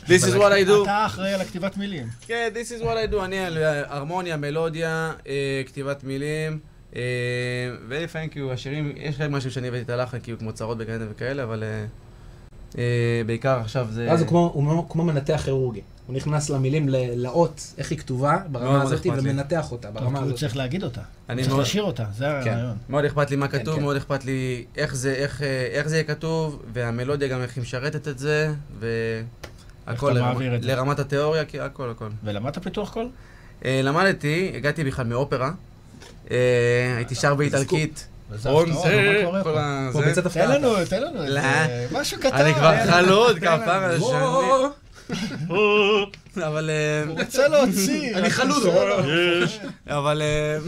D: This is what I do.
C: אתה אחראי על הכתיבת מילים.
D: כן, this is what I do, אני על אה, הרמוניה, מלודיה, אה, כתיבת מילים, אה, ולפעמים כאילו השירים, יש חלק מהשירים שאני הבאתי את הלחן, כאילו כמו צרות בגן עדן וכאלה, אבל אה, אה, בעיקר עכשיו זה...
G: ואז הוא כמו- הוא כמו- כמו מנתח כירורגי, הוא נכנס למילים, ל- לאות, איך היא כתובה ברמה
D: מאוד אכפת
G: הזאת,
D: לי.
G: ומנתח אותה
C: טוב,
G: ברמה
C: כי הוא
G: הזאת.
C: צריך להגיד אותה. הוא
D: אני
C: צריך
D: מאוד- כן.
C: לשיר אותה, זה הרעיון.
D: מאוד אכפת לי מה
G: כן,
D: כתוב,
G: כן.
D: מאוד אכפת לי איך זה, איך, אה, איך זה יהיה כתוב, והמלודיה גם איך היא משרתת את זה,
C: איך
D: והכל
C: אתה
D: לרמת,
C: מעביר את זה.
D: לרמת התיאוריה, כי הכל הכל.
C: ולמדת פיתוח קול?
D: אה, למדתי, הגעתי בכלל מאופרה, אה, הייתי שר באיטלקית. אוקיי.
C: וזה הפתעות, מה קורה
D: כל
C: פה?
D: ה-
G: כמו
D: זה.
G: ביצת
C: תן
G: הפתעה.
C: לנו, תן לנו
D: לא.
C: איזה משהו קטן.
D: אני כבר
C: יאללה.
D: חלוד,
C: תן לנו.
D: כפרה
G: וואו,
D: שאני... אבל... אה,
C: הוא רוצה להוציא.
G: אני
C: רק
G: חלוד.
C: בסדר.
D: אבל... אה,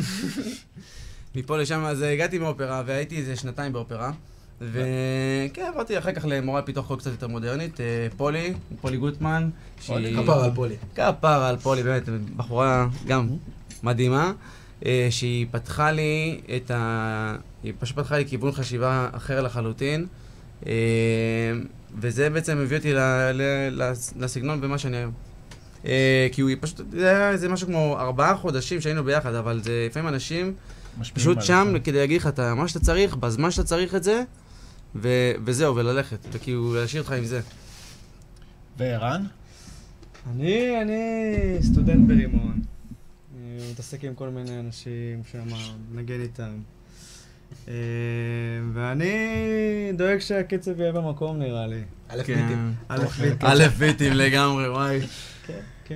D: מפה לשם, אז הגעתי מאופרה, והייתי איזה שנתיים באופרה. וכן, עברתי אחר כך למורה לפיתוח חוק קצת יותר מודרנית, אה, פולי, פולי גוטמן. שהיא-
G: כפרה על פולי.
D: כפרה על פולי, באמת, בחורה גם מדהימה, אה, שהיא פתחה לי את ה... היא פשוט פתחה לי כיוון חשיבה אחר לחלוטין, אה, וזה בעצם הביא אותי ל... ל... לס- לסגנון ומה שאני היום. אה, כי הוא פשוט, זה היה איזה משהו כמו ארבעה חודשים שהיינו ביחד, אבל זה לפעמים אנשים
C: משפיעים
D: פשוט
C: עליך.
D: שם כדי להגיד לך אתה- מה שאתה צריך, בזמן שאתה צריך את זה, ו... וזהו, וללכת, וכאילו להשאיר אותך עם זה.
C: וערן?
F: אני, אני סטודנט ברימון. אני מתעסק עם כל מיני אנשים שם, מנגן איתם. אה, ואני דואג שהקצב יהיה במקום נראה לי.
G: א' ביטים.
F: א' ביטים.
D: א' ביטים לגמרי, וואי.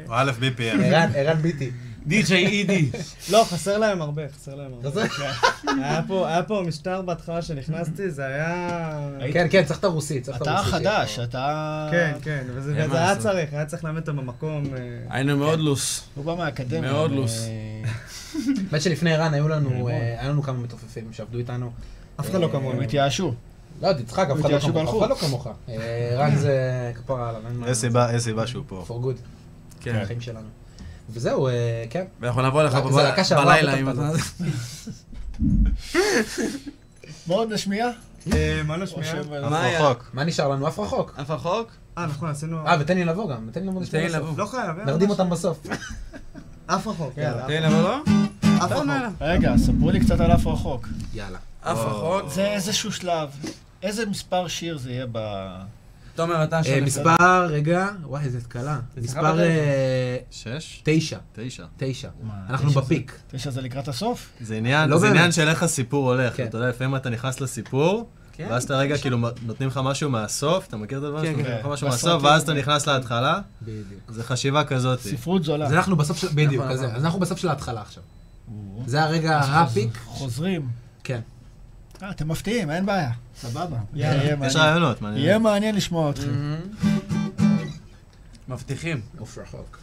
H: הוא א' BPM.
G: ערן, ערן ביטי.
D: די.ג'יי אידי.
F: לא, חסר להם הרבה, חסר להם הרבה. היה פה- היה פה משטר בהתחלה שנכנסתי, זה היה...
G: כן, כן, צריך את הרוסית, צריך את
C: אתה
G: הרוסית.
C: חדש, אתה...
F: כן, כן, וזה
D: אין מה
F: וזה היה
D: לעשות.
F: צריך, היה צריך ללמד אותם במקום. אה,
D: היינו מאוד לוס.
C: הוא לא בא מהאקדמיה.
D: מאוד
C: ו-
D: לוס.
G: אה, האמת שלפני ערן היו לנו, אה, היה לנו כמה מתופפים שעבדו איתנו. אה,
F: אף אחד לא כמונו.
C: הם התייאשו.
G: לא, תצחק, אף אחד לא
C: התייאשו
G: כמוך.
C: והלכו.
G: אף אחד לא כמוך. אה, ערן זה כפרה עליו, אין מה...
H: יש סיבה, יש סיבה שהוא פה.
G: for good,
D: כן.
G: החיים שלנו. וזהו, אה, כן.
D: ואנחנו נבוא לך
G: זה
D: בבל-
G: להקה שעברה
D: בלילה
G: בטח
D: אם אתה...
G: אותנו.
C: מה עוד נשמיע?
F: אה, מה
C: או
F: נשמיע?
C: שהם-
H: אף
D: מה היה?
H: רחוק.
G: מה נשאר לנו? אף רחוק.
D: אף רחוק?
F: אה, נכון, עשינו...
G: אה, ותן לי לבוא גם, תן לי לבוא
D: תן
G: לשמוע
D: לי
G: בסוף.
D: לבוא.
F: לא חייב, אה,
G: נרדים
F: ממש-
G: אותם בסוף.
F: אף רחוק, יאללה.
D: תן לי לבוא לא?
F: אף רחוק.
C: רגע, ספרו לי קצת על אף רחוק.
G: יאללה.
D: אף רחוק.
C: זה איזשהו שלב. איזה מספר שיר זה יהיה ב...
D: תומר אתה
G: אה,
D: של...
G: מספר, רגע, וואי, איזה תקלה. מספר אה,
H: שש?
G: תשע.
H: תשע.
G: תשע.
C: מה,
G: אנחנו
C: תשע
G: בפיק.
C: תשע זה לקראת הסוף?
H: זה עניין,
G: לא
H: זה
G: באמת.
H: עניין של איך הסיפור הולך.
G: כן.
H: אתה יודע, לפעמים אתה נכנס לסיפור,
D: כן.
H: ואז אתה רגע כאילו מ- נותנים לך משהו מהסוף, אתה מכיר את הדבר הזה?
D: כן,
H: נותנים
C: כן.
H: לך משהו
C: בסרטים.
H: מהסוף, ואז אתה נכנס להתחלה,
G: בדיוק.
H: זה חשיבה כזאת.
C: ספרות זולה.
G: אז אנחנו בסוף של... בדיוק,
D: נכון,
G: כזה.
D: נכון.
G: אז אנחנו בסוף של ההתחלה עכשיו.
C: או,
G: זה הרגע הפיק.
C: חוזרים.
G: כן.
C: אה, אתם מפתיעים, אין בעיה. סבבה. יהיה
H: יש
C: מעניין.
H: רעיונות, מעניין.
C: יהיה מעניין לשמוע אתכם.
G: Mm-hmm.
D: מבטיחים.
G: עוף רחוק.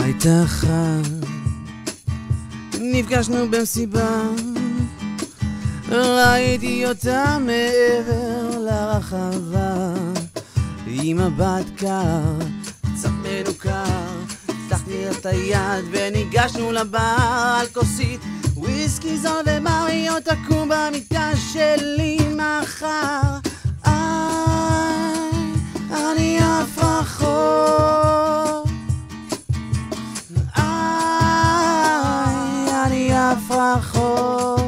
E: הייתה אחת,
D: נפגשנו במסיבה, ראיתי אותה מעבר לרחבה, עם מבט קר, קצת מנוכר, פתחתי לה את היד וניגשנו לבר על כוסית וויסקי זול ומריו תקום במיטה שלי מחר. איי, אני עף רחוק. איי, אני עף רחוק.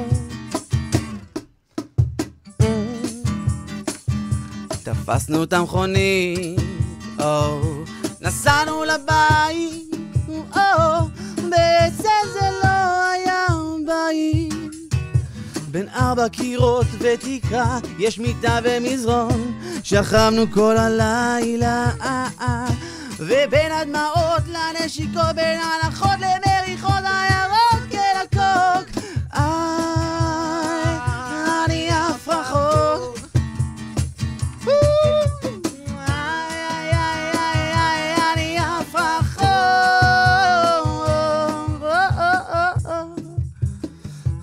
D: תפסנו את המכונית, או, נסענו לבית, או, בעצם זה לא היה בית. בין ארבע קירות ותקרה, יש מיטה ומזרון, שכבנו כל הלילה, אה, אה. ובין הדמעות לנשיקות, בין הנחות למריחות, הירוק אל הקוק. איי, אני עף רחוק.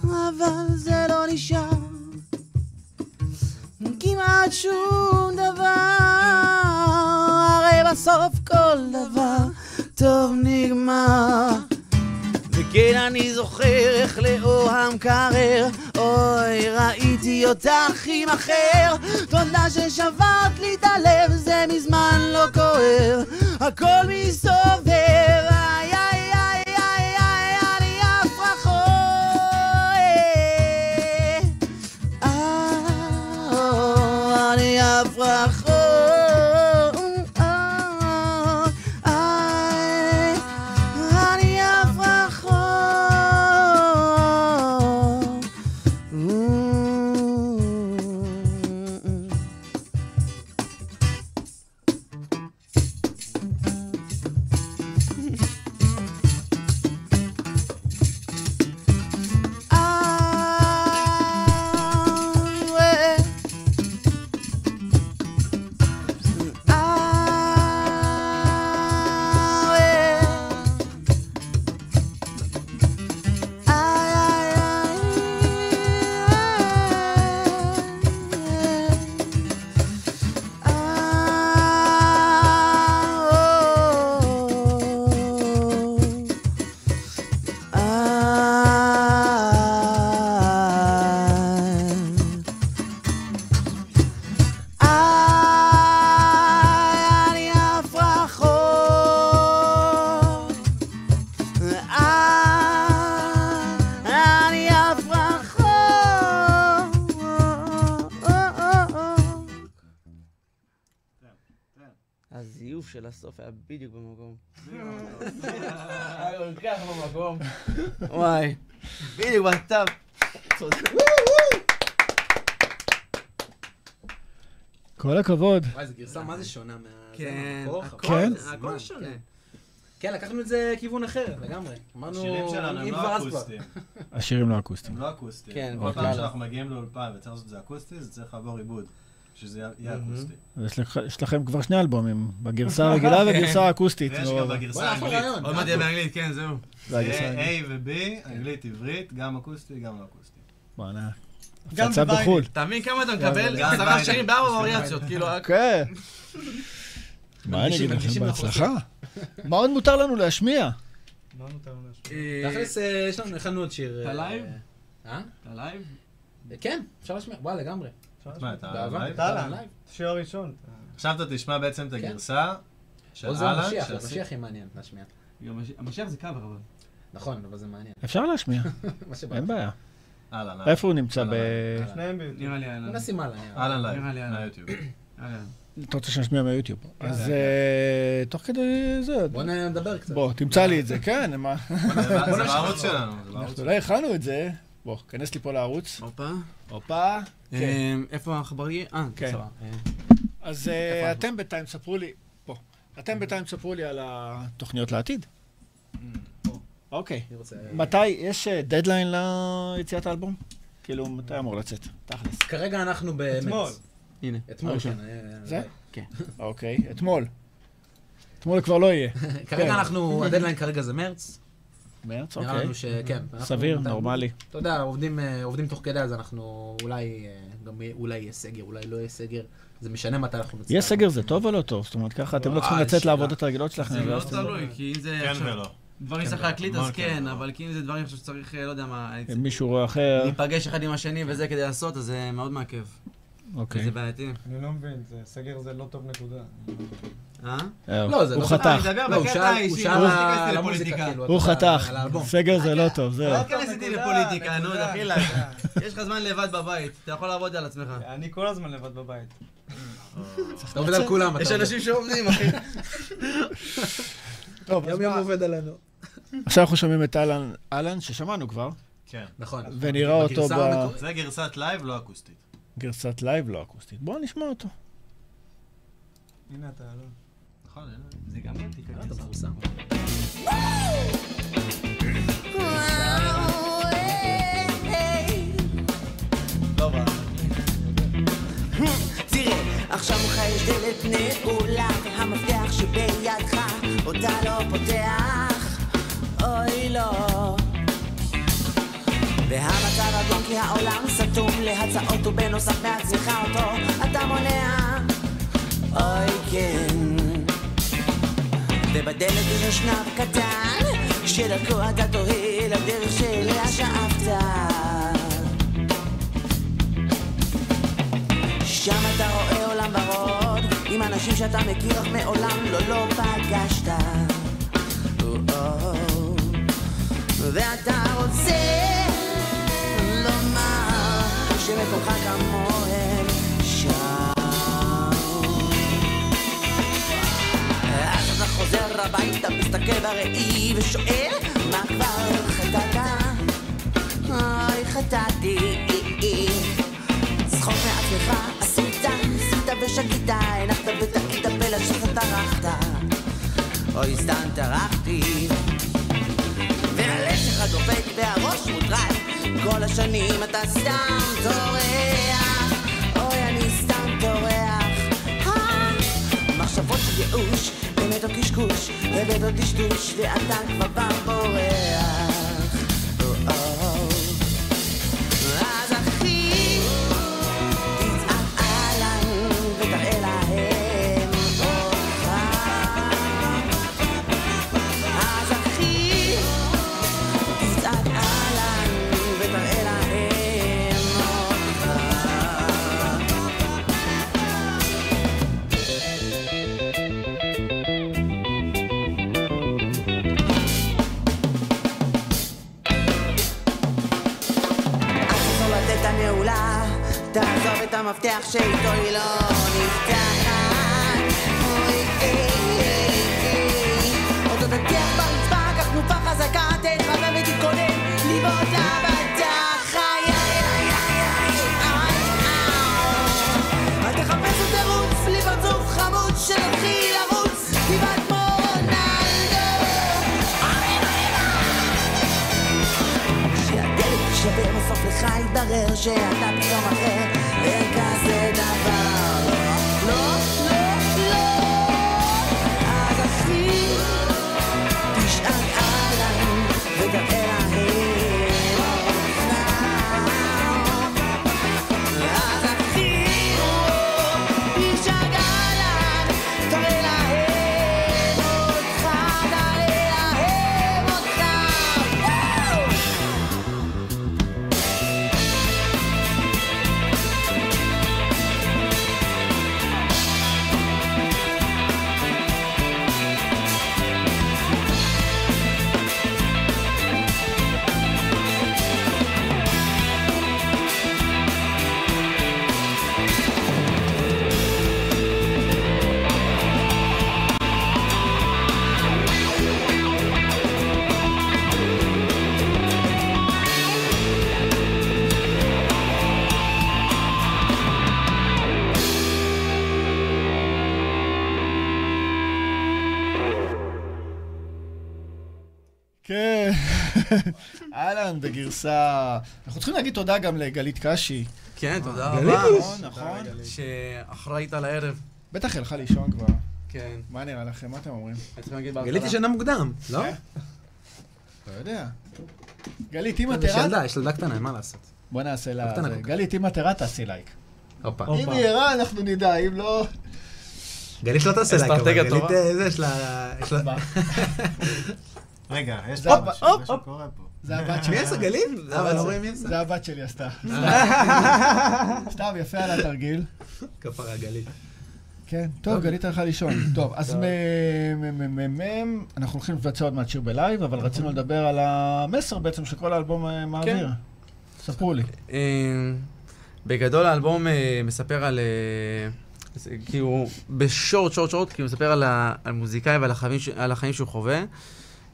D: אבל זה לא נשאר כמעט שום דבר, הרי בסוף כל דבר טוב נגמר. וכן אני זוכר איך לאור המקרר, אוי, ראיתי אותך עם אחר. תודה ששברת לי את הלב, זה מזמן לא כואב, הכל מסובב. איי, איי, איי, איי, איי, אני עף רחוק. אה, אני עף רחוק. אה, אני עף רחוק.
E: Mm-hmm.
D: אה, אני עף רחוק. אני עף רחוק. הזיוף של הסוף היה בדיוק במקום. היה כל כך במקום. וואי, בדיוק בכתב. צודק.
C: Mm. כל הכבוד.
G: וואי, זו גרסה מה זה שונה מה...
K: כן,
G: זה מהמקור,
K: הכל,
C: כן?
K: הכל שונה.
G: כן, לקחנו את זה כיוון אחר לגמרי. אמרנו,
H: השירים שלנו
G: אם
H: הם
G: כבר
H: לא
G: אז כבר.
H: אקוסטיים.
C: השירים לא אקוסטיים.
H: הם לא אקוסטיים.
K: כן,
H: כל
K: בכלל.
H: פעם שאנחנו מגיעים לאולפן וצריך לעשות את זה אקוסטי, זה צריך לעבור עיבוד. שזה יהיה- יהיה אקוסטי.
C: יש לכ- יש לכם כבר שני אלבומים, בגרסה הרגילה ובגרסה האקוסטית. אה,
H: ויש
C: נו,
H: גם
C: אבל-
H: בגרסה
G: וואלה, אחלה
H: האנגלית.
G: רעיון.
K: עוד
D: אוקיי.
K: מעט יהיה באנגלית, כן, זהו.
C: זה הגרסה
H: זה
C: הרגילה.
H: A ו-B, אנגלית, עברית, גם אקוסטי, גם לא אקוסטי.
C: בואנה.
F: גם
C: הפצה
F: בווייניל.
C: אה. בחו"ל.
K: אתה מבין כמה אתה מקבל?
H: גם
K: עשרה
H: ביידן.
K: שירים בארבע וריאציות, כאילו...
C: כן. מה אני
G: מרגישים-
C: אגיד לכם?
G: מרגישים
C: בהצלחה. מה עוד מותר לנו להשמיע?
F: מה מותר לנו להשמיע?
K: אה,
G: תכלס, אה, יש לנו, הכנו עוד שיר.
K: אתה
G: אה,
K: לייב?
G: אה?
K: אתה לייב?
G: כן, אפשר להשמיע, וואי, לגמרי.
H: מה, אתה
G: באהבה.
H: לייב?
F: אתה
G: אתה
F: לייב.
G: לייב.
F: שיר הראשון.
H: עכשיו אתה תשמע בעצם את הגרסה של
G: או זה
H: אהלן,
G: המשיח,
H: שעשית-
G: המשיח יהיה מעניין להשמיע.
K: גם המש- המשיח זה קאבר, אבל.
G: נכון, אבל זה מעניין.
C: אפשר להשמיע,
G: מה שבא.
C: אין בעיה.
H: אהלן, אהלן.
C: איפה הוא נמצא?
G: לא,
C: ב...
F: שניהם ביוטיוב.
K: נראה לי אהלן.
G: נשים על העניין.
H: אהלן לייב,
K: נראה לי אהלן.
H: מהיוטיוב.
K: אהלן.
G: לא.
C: אתה רוצה שנשמיע מהיוטיוב. אז אה, תוך כדי זה...
G: כן, בוא נ- נדבר קצת.
C: בוא, תמצא לי את זה, כן, מה?
H: זה בא- זה בערוץ שלנו, זה בערוץ
C: אנחנו לא הכנו את זה. בוא, כנס לי פה לערוץ.
K: הופה.
C: הופה.
G: כן.
K: אה, איפה החברי? אה,
C: כן.
K: סבבה. אה,
C: אז אה, אתם בינתיים ספרו לי, פה, אתם בינתיים ספרו לי על התוכניות לעתיד.
G: Mm,
C: אוקיי.
G: אני רוצה...
C: מתי, יש אה, דדליין ליציאת האלבום? כאילו, מתי אמור לצאת? תכלס.
G: כרגע אנחנו במרץ.
F: אתמול.
K: הנה.
G: אתמול,
C: אוקיי.
G: כן. אה,
C: זה?
G: אה,
C: אוקיי, אתמול. אתמול כבר לא יהיה.
G: כרגע אנחנו, הדדליין כרגע זה מרץ.
C: מרץ,
G: נראה
C: אוקיי.
G: לנו שכן. אנחנו-
C: סביר, נורמלי.
G: אתה יודע, עובדים, אה, עובדים תוך כדי, אז אנחנו אולי, אה, גם יהיה- אולי יהיה סגר, אולי לא יהיה סגר. זה משנה מתי אנחנו נצטרך.
C: יהיה סגר זה טוב או לא טוב? זאת אומרת, ככה אתם לא צריכים
D: אה,
C: לצאת
D: שאלה.
C: לעבודות הרגילות שלכם.
D: זה לא מאוד
C: אה, ואז אתם-
D: תלוי, כי אם זה
H: כן
D: עכשיו
H: ולא.
D: דברים שצריך להקליט, אז
H: מאוד
D: כן,
H: כן,
D: אבל כי אם זה דברים עכשיו שצריך, אה, לא יודע מה,
C: עם מישהו רואה אחר,
D: להיפגש אחד עם השני וזה כדי לעשות, אז זה מאוד מעכב.
C: אוקיי.
D: וזה בעייתי.
F: אני לא מבין, זה- סגר זה לא טוב נקודה.
D: אה?
G: לא, זה
C: הוא
G: לא-
C: חתך,
D: אני מדבר
G: לא, הוא
D: בקטע
G: שאל- הוא
D: האישי,
G: שאל
D: לא
G: על
D: נכנסתי
G: המוזיקה,
D: לפוליטיקה.
G: כאילו,
C: הוא
G: אתה-
C: חתך.
G: על האלבום.
C: סגר זה לא טוב, זהו.
D: אל תיכנס איתי
F: נקודה,
D: לפוליטיקה, נו,
F: נקודה,
D: דחילק. יש לך זמן לבד בבית, אתה יכול לעבוד על עצמך.
F: אני כל הזמן לבד בבית.
G: אתה עובד על כולם, אתה
D: יש
G: עובד.
D: אנשים שעובדים, אחי.
C: טוב, אז
G: יום יום
C: מה?
G: עובד עלינו.
C: עכשיו אנחנו שומעים את אהלן, אהלן, ששמענו כבר,
H: כן.
G: נכון.
C: ונראה אותו
G: בגרסה המקורית.
H: זה גרסת לייב, לא אקוסטית.
C: בגרסת לייב לא אקוסטית. בואו נשמע אותו.
F: הנה אתה, אלון.
H: נכון, אין-
D: זה גם יהיה תקרה.
G: אתה מפורסם.
E: תראה, עכשיו מולך יש דלת נעולה, והמפתח שבידך אותה לא פותח, אוי לא. והמצב עגום כי העולם סתום להצעות ובנוסף מעצמך אותו אתה מונע, אוי כן. ובדלת יש אשנב קטן, שדרכו אתה תוהה לדרך שאליה שאפת. שם אתה רואה עולם ורוד, עם אנשים שאתה מכיר אך מעולם לא לא פגשת. או-או. ואתה רוצה לומר שמקומך כמוהם שם. אז אתה חוזר הביתה, מסתכל בראי ושואל מה כבר חטאת? אוי חטאתי צחוק מעצמך עשית, עשית ושגית, הנחת וטעית בלשון טרחת אוי סתם טרחתי והלב שלך דופק והראש מוטרד כל השנים אתה סתם טורח אוי אני סתם טורח אה, מחשבות של ייאוש אמת או קשקוש אמת או דשדוש ואתה כבר בורח או-או. אז אחי תצעק אהלן ותראה להם אותך אז אחי תצעק אהלן ותראה להם אותך תחזור לתת הנעולה, תעזוב את המפתח שאיתו היא לא נפתחת. אוי, איי, איי, איי. עוד עוד תתח ברצפה, קח תנופה חזקה, תתחבא ותתכונן, לבעוט לה בתחת. איי, איי, איי, איי, איי, איי. אל תחפש עוד תירוץ, לי פרצוף חמוד שנתחיל לרוץ, גבעת מורנלדו. כשהדלת תשבר בסוף לך יתברר שאתה פתאום אחר אין כזה דבר לא, לא, לא אז אחי תשאל אהלן ותראה להם אותך. אז אחי, תשאל אהלן, תראה להם אותך, תראה להם אותך. וואו!
C: כן. אהלן, בגרסה... אנחנו צריכים להגיד תודה גם לגלית קשי.
D: כן, תודה רבה.
C: נכון, נכון.
D: שאחראית על הערב.
C: בטח היא הלכה לישון כבר.
D: כן.
C: מה נראה לכם? מה אתם אומרים?
D: אני צריך להגיד בהתחלה.
G: גיליתי שנה מוקדם, לא?
C: לא יודע. גלית, אם את
G: זה
C: ערה...
G: שלדה, יש ילדה קטנה, מה לעשות?
C: בוא נעשה לה...
G: קטנה
C: זה.
G: כל כך.
C: גלית, אם את ערה, תעשי לייק.
G: הופה.
C: אם
F: הופה.
C: היא ערה, אנחנו נדע, אם לא...
G: גלית לא תעשה לייק, אבל
J: אסטרטגיה
G: גלית,
J: טובה.
G: אה, זה, יש לה... יש לה-
H: רגע, יש
C: הופ,
H: פה משהו,
C: הופ,
H: משהו
C: הופ.
H: קורה פה.
C: זה הבת
G: מי
C: שלי.
G: עשה גלית? אבל לא רואים מי עשה.
C: זה הבת שלי עשתה. סתם, יפה על התרגיל.
G: כפרה גלית.
C: כן, טוב, גלית הלכה לישון. טוב, אז מ- מ- מ- מ- מ- אנחנו הולכים לבצע עוד מעט שיר בלייב, אבל רצינו לדבר על המסר בעצם שכל האלבום אה, מעביר. ספרו לי.
D: אה, בגדול האלבום אה, מספר על... אה, זה כאילו, בשורט, שורט, שורט, כאילו מספר על, ה, על מוזיקאי ועל החיים, ש- על החיים שהוא חווה,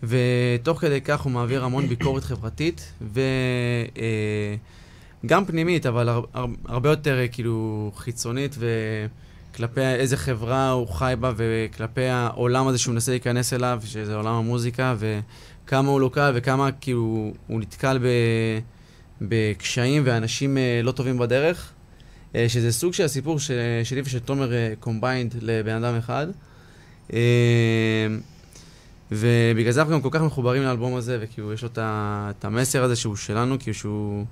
D: ותוך כדי כך הוא מעביר המון ביקורת חברתית, וגם פנימית, אבל הר, הר, הרבה יותר אה, כאילו חיצונית, וכלפי איזה חברה הוא חי בה, וכלפי העולם הזה שהוא מנסה להיכנס אליו, שזה עולם המוזיקה, וכמה הוא לא קל, וכמה כאילו הוא נתקל ב... בקשיים ואנשים אה, לא טובים בדרך, אה, שזה סוג של הסיפור ש- שלי ושל תומר קומביינד לבן אדם אחד. אה, ובגלל זה אנחנו גם כל כך מחוברים לאלבום הזה, וכאילו יש לו את ה- את המסר הזה שהוא שלנו, כאילו שהוא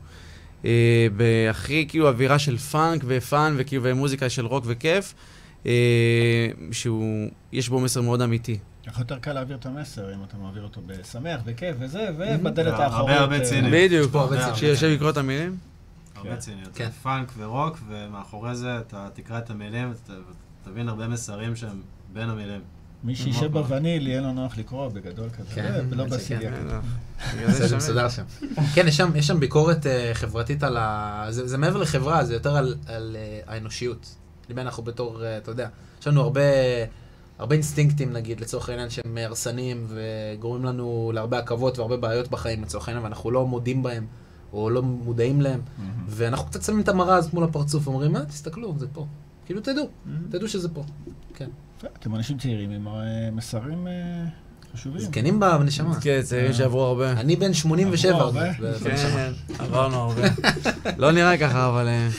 D: אה, בהכי כאילו אווירה של פאנק ופאן, וכאילו ומוזיקה של רוק וכיף, אה, שהוא, יש בו מסר מאוד אמיתי.
C: לך יותר קל להעביר את המסר, אם אתה מעביר אותו בשמח, בכיף וזה, ובדלת
H: הרבה,
C: האחורית.
H: הרבה
C: אה,
H: ציניות.
D: בדיוק,
H: הרבה ציניות.
D: שיושב לקרוא את המילים.
H: הרבה ציניות.
G: כן.
H: זה פאנק ורוק, ומאחורי זה אתה תקרא את המילים, ות- ותבין הרבה מסרים שהם בין המילים.
C: מי שישב בווניל, יהיה לו נוח לקרוא בגדול
G: אוקיי. כן,
C: כזה, ולא
G: זה
C: בסיליאק.
D: אה, בגלל זה
G: זה
D: שם-
G: מסודר שם. כן, יש שם- יש שם ביקורת אה, חברתית על ה... זה זה מעבר לחברה, זה יותר על- על אה, האנושיות. לבין אנחנו בתור, אה, אתה יודע, יש לנו הרבה... הרבה אינסטינקטים נגיד, לצורך העניין שהם הרסניים וגורמים לנו להרבה עכבות והרבה בעיות בחיים לצורך העניין, ואנחנו לא מודים בהם או לא מודעים להם, ואנחנו קצת שמים את המראה הזאת מול הפרצוף, אומרים, אה, תסתכלו, זה פה. כאילו, תדעו, תדעו שזה פה.
C: יפה, אתם אנשים צעירים עם אה, מסרים אה, חשובים.
G: זקנים בנשמה.
D: כן, צעירים שעברו הרבה.
G: אני בן 87
C: עברו
G: עוד מעט,
C: הרבה.
G: בנשמה.
D: כן, עברנו הרבה. לא נראה ככה, אבל... אה,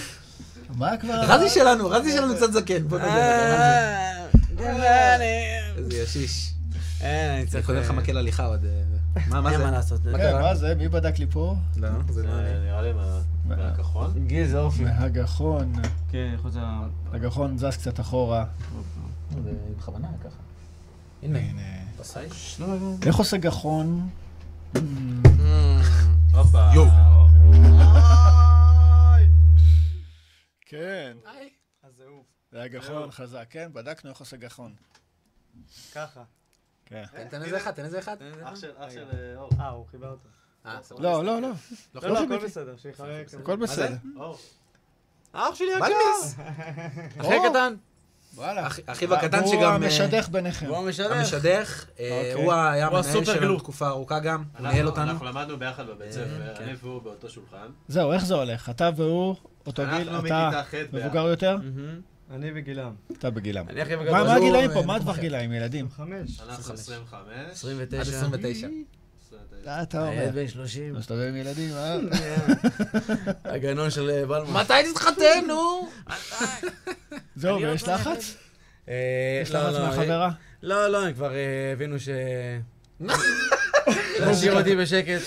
C: מה כבר?
G: רזי שלנו, רזי שלנו קצת זקן, בוא נדבר. איזה ישיש.
D: אה, אני
G: אני
D: צריך...
G: קודם לך מקל הליכה עוד. אה, מה מה
D: אין
G: זה?
D: מה לעשות.
G: מה
C: כן,
G: קרה?
C: מה זה? מי בדק לי פה?
G: לא, זה לא אני.
H: אה, נראה לי מה- מהכחול.
D: גיל זה אופי.
C: מהגחון.
F: כן, חוץ מה...
C: הגחון זז קצת אחורה.
G: זה בכוונה היה ככה. הנה, בסייש.
C: איך עושה גחון?
G: Mm.
C: כן.
G: אה?
F: אז זהו,
C: זה היה גחון חזק, כן? בדקנו איך עושה גחון.
F: ככה.
C: כן.
G: תן איזה אחד, תן איזה אחד.
H: אח של אח של אה, אור.
F: אה, הוא חיבר אותו.
G: אה, סבבה.
C: לא, לא, לא.
F: לא, לא, הכל בסדר, שיחלק.
C: הכל בסדר.
H: אור.
D: אח שלי יקר!
G: בלמיס!
D: אחי
C: או,
D: קטן.
C: וואלה.
G: אח- אחיו הקטן
C: הוא
G: שגם... אה,
C: המשדך ביניכם.
D: הוא המשלם.
G: המשדך. אה,
C: אוקיי.
G: הוא היה
D: הוא
G: המנהל
D: הסופר גלו.
G: שלנו תקופה ארוכה גם. הוא ניהל
H: אנחנו
G: אותנו.
H: אנחנו למדנו ביחד בבית ספר, אני והוא באותו שולחן.
C: זהו, איך זה הולך? אתה והוא, אותו גיל,
H: אנחנו
C: אתה
H: מכיתה ח' ביחד.
C: מבוגר יותר?
F: אני וגילם.
C: אתה בגילם.
D: אני הכי
C: מה
D: בגדול.
C: מה
G: הוא,
C: הגילאים
G: אה,
C: פה? מה הטווח
G: מומחה.
C: גילאים, ילדים?
F: חמש.
H: אנחנו 25.
D: 29.
G: עד 29.
C: אה, אתה אומר.
D: בן 30.
C: מסתובב עם ילדים, אה?
D: הגנון של אה, בלמה.
G: מתי תתחתן, נו?
C: זהו, ויש לחץ?
D: אה,
C: יש
D: לא,
C: לחץ
D: לא,
C: מהחברה?
D: אה, לא, לא, הם כבר אה, הבינו ש... להשאיר אותי בשקט.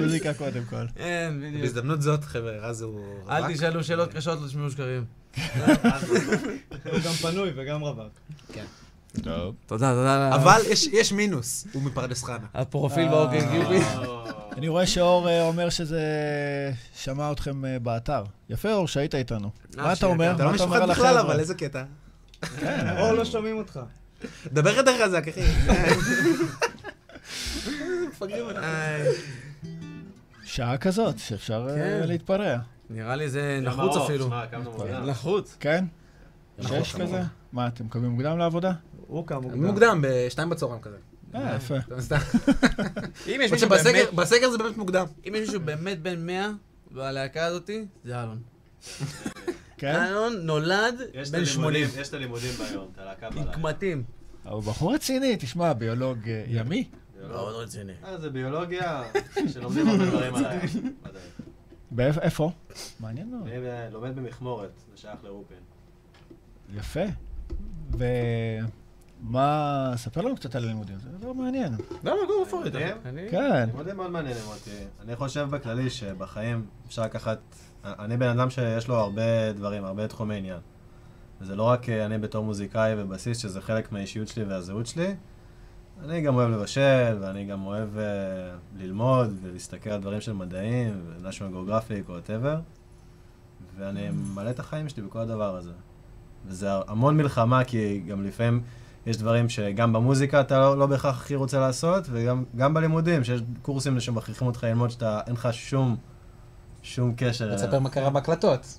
C: מוזיקה קודם כל.
D: אין, כן, בדיוק.
G: בהזדמנות זאת, חבר'ה, רז הוא...
D: אל
G: רווק.
D: תשאלו שאלות קשות, לא תשמעו שקרים.
F: הוא גם פנוי וגם רווק.
C: טוב.
D: תודה, תודה. על ה-
G: אבל יש- יש מינוס, הוא מפרדס חנה.
D: הפרופיל באוקיי גיובי.
C: אני רואה שאור אה, אומר שזה שמע אתכם אה, באתר. יפה, אור, שהיית איתנו. מה אתה
D: שיקר.
C: אומר?
G: אתה לא
C: מה אתה אומר
G: משוחד
C: על
G: בכלל,
C: החבר'ה?
G: אבל איזה קטע.
C: אה,
F: או לא שומעים אותך.
G: דבר יותר חזק, אחי.
C: שעה כזאת, שאפשר אה,
D: כן.
C: להתפרע.
D: נראה לי זה נחוץ אפילו. נחוץ.
C: כן? שש כזה? מה, אתם מקבלים מוקדם לעבודה?
F: הוא קם מוקדם.
G: מוקדם, בשתיים בצהריים כזה.
C: אה, יפה.
G: אתה מסתכל.
D: אם יש
G: למרות
D: מישהו באמת...
G: שבסגר- בסגר זה באמת מוקדם.
D: אם יש מישהו באמת בן 100 בלהקה הזאתי, זה אלון.
C: כן?
D: אלון נולד
H: יש את
D: בן
H: הלימודים,
D: 80.
H: יש את הלימודים ביום, את הלהקה
D: עם
H: בלילה.
D: קמטים.
C: אבל הוא בחור רציני, תשמע, ביולוג אה, ימי.
D: מאוד רציני.
H: אה, זה ביולוגיה שלומדים הרבה דברים עליי. ודאי.
C: באיפ- איפה? מעניין מאוד.
H: אני אה, לומד במכמורת, זה שייך לרופין.
C: יפה. ו... מה... ספר לנו קצת על הלימודים, זה דבר מעניין.
H: למה, גור פוריד, אחי?
C: כן.
H: לימודים מאוד מעניינים אותי. אני חושב בכללי שבחיים אפשר לקחת... אה, אני בן אדם שיש לו הרבה דברים, הרבה תחומי עניין. וזה לא רק אה, אני בתור מוזיקאי ובסיס, שזה חלק מהאישיות שלי והזהות שלי. אני גם אוהב לבשל, ואני גם אוהב אה, ללמוד ולהסתכל על דברים של מדעים, ונשמע גיאוגרפיק או וואטאבר. ואני מלא את החיים שלי בכל הדבר הזה. וזה המון מלחמה, כי גם לפעמים יש דברים שגם במוזיקה אתה לא, לא בהכרח הכי רוצה לעשות, וגם גם בלימודים, שיש קורסים שמכריחים אותך ללמוד שאתה, אין לך שום, שום קשר. אליהם.
G: תספר מה קרה בהקלטות,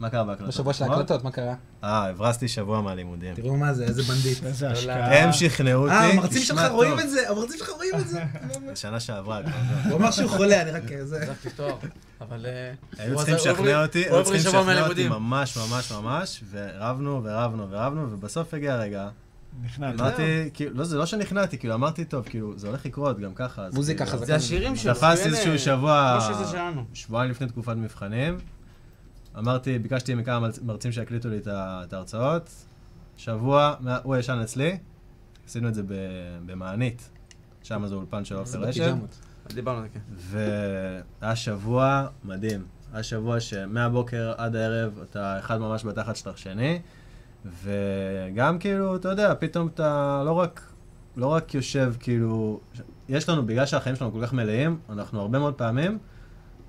H: מה קרה בהקלטות?
G: בשבוע של
H: נכון?
G: ההקלטות, מה קרה?
H: אה, הברזתי שבוע מהלימודים.
G: תראו מה זה, איזה בנדיט.
D: לא,
C: איזה
D: כן,
C: השקעה.
H: הם שכנעו אותי.
G: אה, המרצים
H: תשמע
G: שלך
H: טוב.
G: רואים את זה, המרצים שלך רואים את זה.
H: בשנה שעברה כבר. זה.
G: הוא אמר שהוא חולה, אני רק... אה, זה-
D: הצלחתי תואר, אבל... אה,
H: היו
D: הוא
H: צריכים
D: עזר- הוא
H: לשכנע
D: עבר לי-
H: אותי,
D: הוא
H: היו
D: עבר לי
H: צריכים
D: שבוע
H: לשכנע אותי
D: מהלימודים.
H: ממש ממש ממש, ורבנו ורבנו ורבנו, ובסוף הגיע הרגע.
C: נכנעת.
H: אמרתי, כאילו, לא, זה לא שנכנעתי, כאילו, אמרתי, טוב, כאילו, זה הולך לקרות גם ככה. אז
G: מוזיקה
H: כאילו,
G: חזקה.
D: זה השירים שלו.
H: תפס
D: כן, אה,
H: איזשהו שבוע,
D: כמו שזה שלנו.
H: שבועיים לפני תקופת מבחנים. אמרתי, ביקשתי מכמה מרצ- מרצים שיקליטו לי את ה- את ההרצאות. שבוע, מה- הוא ישן אצלי, עשינו את זה ב- במענית. שם זה אולפן של עופר רשב.
G: בפיג'מות.
D: דיברנו על זה, כן.
H: והיה שבוע מדהים. היה שבוע שמהבוקר עד הערב אתה אחד ממש בתחת של השני, וגם כאילו, אתה יודע, פתאום אתה לא רק, לא רק יושב, כאילו, ש- יש לנו, בגלל שהחיים שלנו כל כך מלאים, אנחנו הרבה מאוד פעמים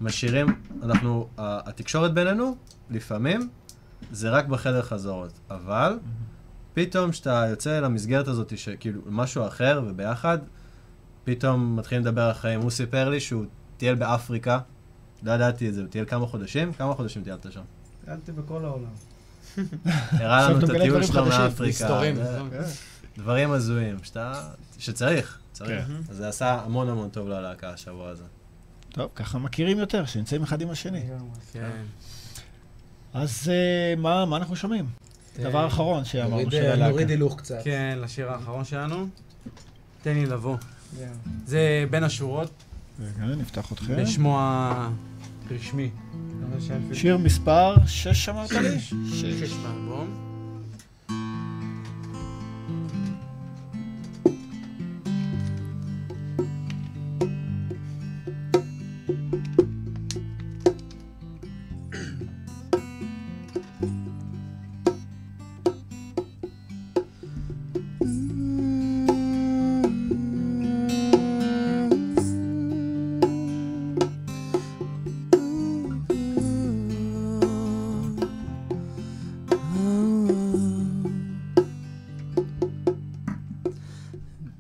H: משאירים, אנחנו, ה- התקשורת בינינו, לפעמים, זה רק בחדר חזרות, אבל פתאום כשאתה יוצא למסגרת הזאת, שכאילו, משהו אחר וביחד, פתאום מתחילים לדבר על החיים. הוא סיפר לי שהוא טייל באפריקה, לא ידעתי את זה, הוא טייל כמה חודשים, כמה חודשים טיילת שם.
F: טיילתי בכל העולם.
H: הראה
C: עכשיו
H: לנו את
C: אתה מגלה
H: הטיול
C: דברים
H: שלו
C: חדשים,
H: מאפריקה.
G: מסתורים.
H: זה- דברים הזויים, שאתה... שצריך, צריך. אז זה עשה המון המון טוב ללהקה השבוע הזה.
C: טוב, ככה מכירים יותר, שנמצאים אחד עם השני.
F: לגמרי.
D: כן.
C: אז אה, מה מה אנחנו שומעים? דבר אחרון שאמרנו
G: נוריד- אה,
C: של הלהקה.
G: נוריד הילוך קצת.
D: כן, לשיר האחרון שלנו. תן לי לבוא.
F: כן.
D: זה בין השורות,
C: רגע, נפתח אתכם.
D: בשמו הרשמי.
F: מקווה שאין פיל-
C: שיר מספר 6 אמרת לי?
D: שש באלבום.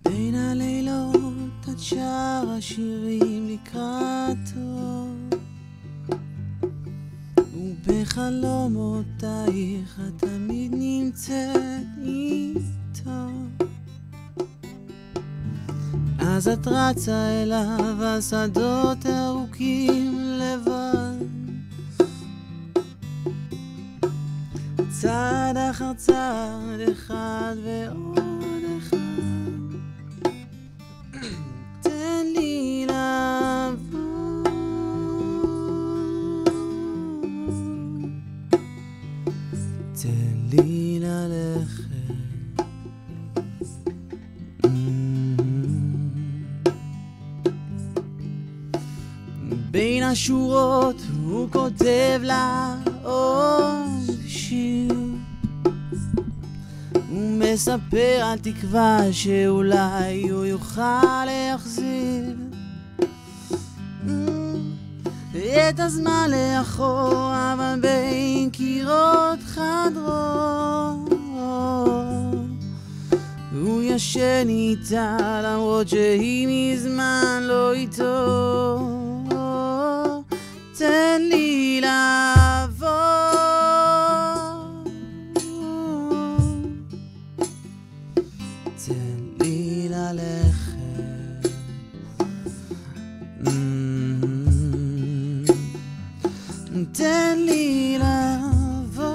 E: בין הלילות את שר השירים לקראתו ובחלומותייך את תמיד נמצאת איתו אז את רצה אליו השדות ארוכים לבד צעד אחר צעד אחד ועוד אחד. תן לי לעבור. תן לי ללכת. Mm-hmm. בין השורות הוא כותב לה עוד שיר הוא מספר על תקווה שאולי הוא יוכל להחזיר Mm-hmm. את הזמן לאחור אבל בין קירות חדרו הוא ישן איתה למרות שהיא מזמן לא איתו תן לי לעבור תן לי ללכת Mm. תן לי לעבור.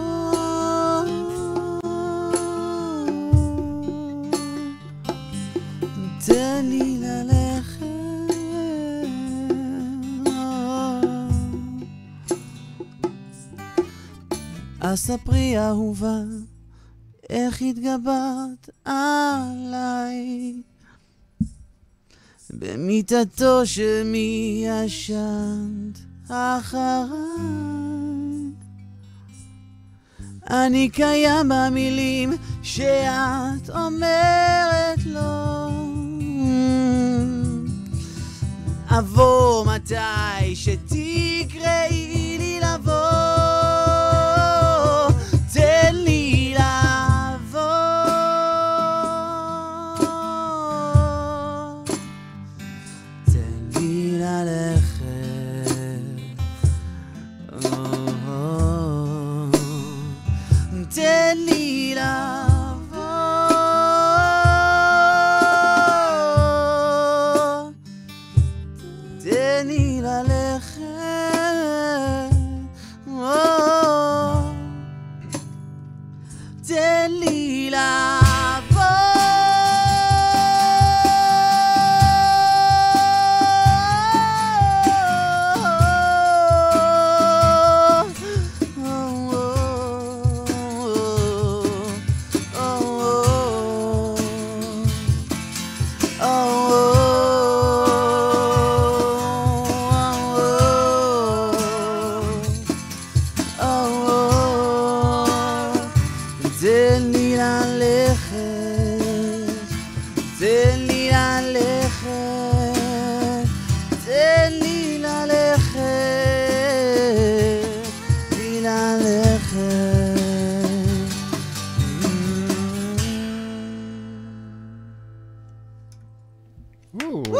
E: תן לי ללכת. אז ספרי אהובה, איך התגברת עליי במיטתו של מי ישנת אחריי אני קיים במילים שאת אומרת לו אבוא מתי שתקראי לי לבוא תן לי לעבור תן לי ללכת Oh, תן לי לעבור, תן לי ללכת, או, תן לי לעבור. תן לי ללכת, תן לי ללכת, תן לי ללכת, לי ללכת.
C: וואו.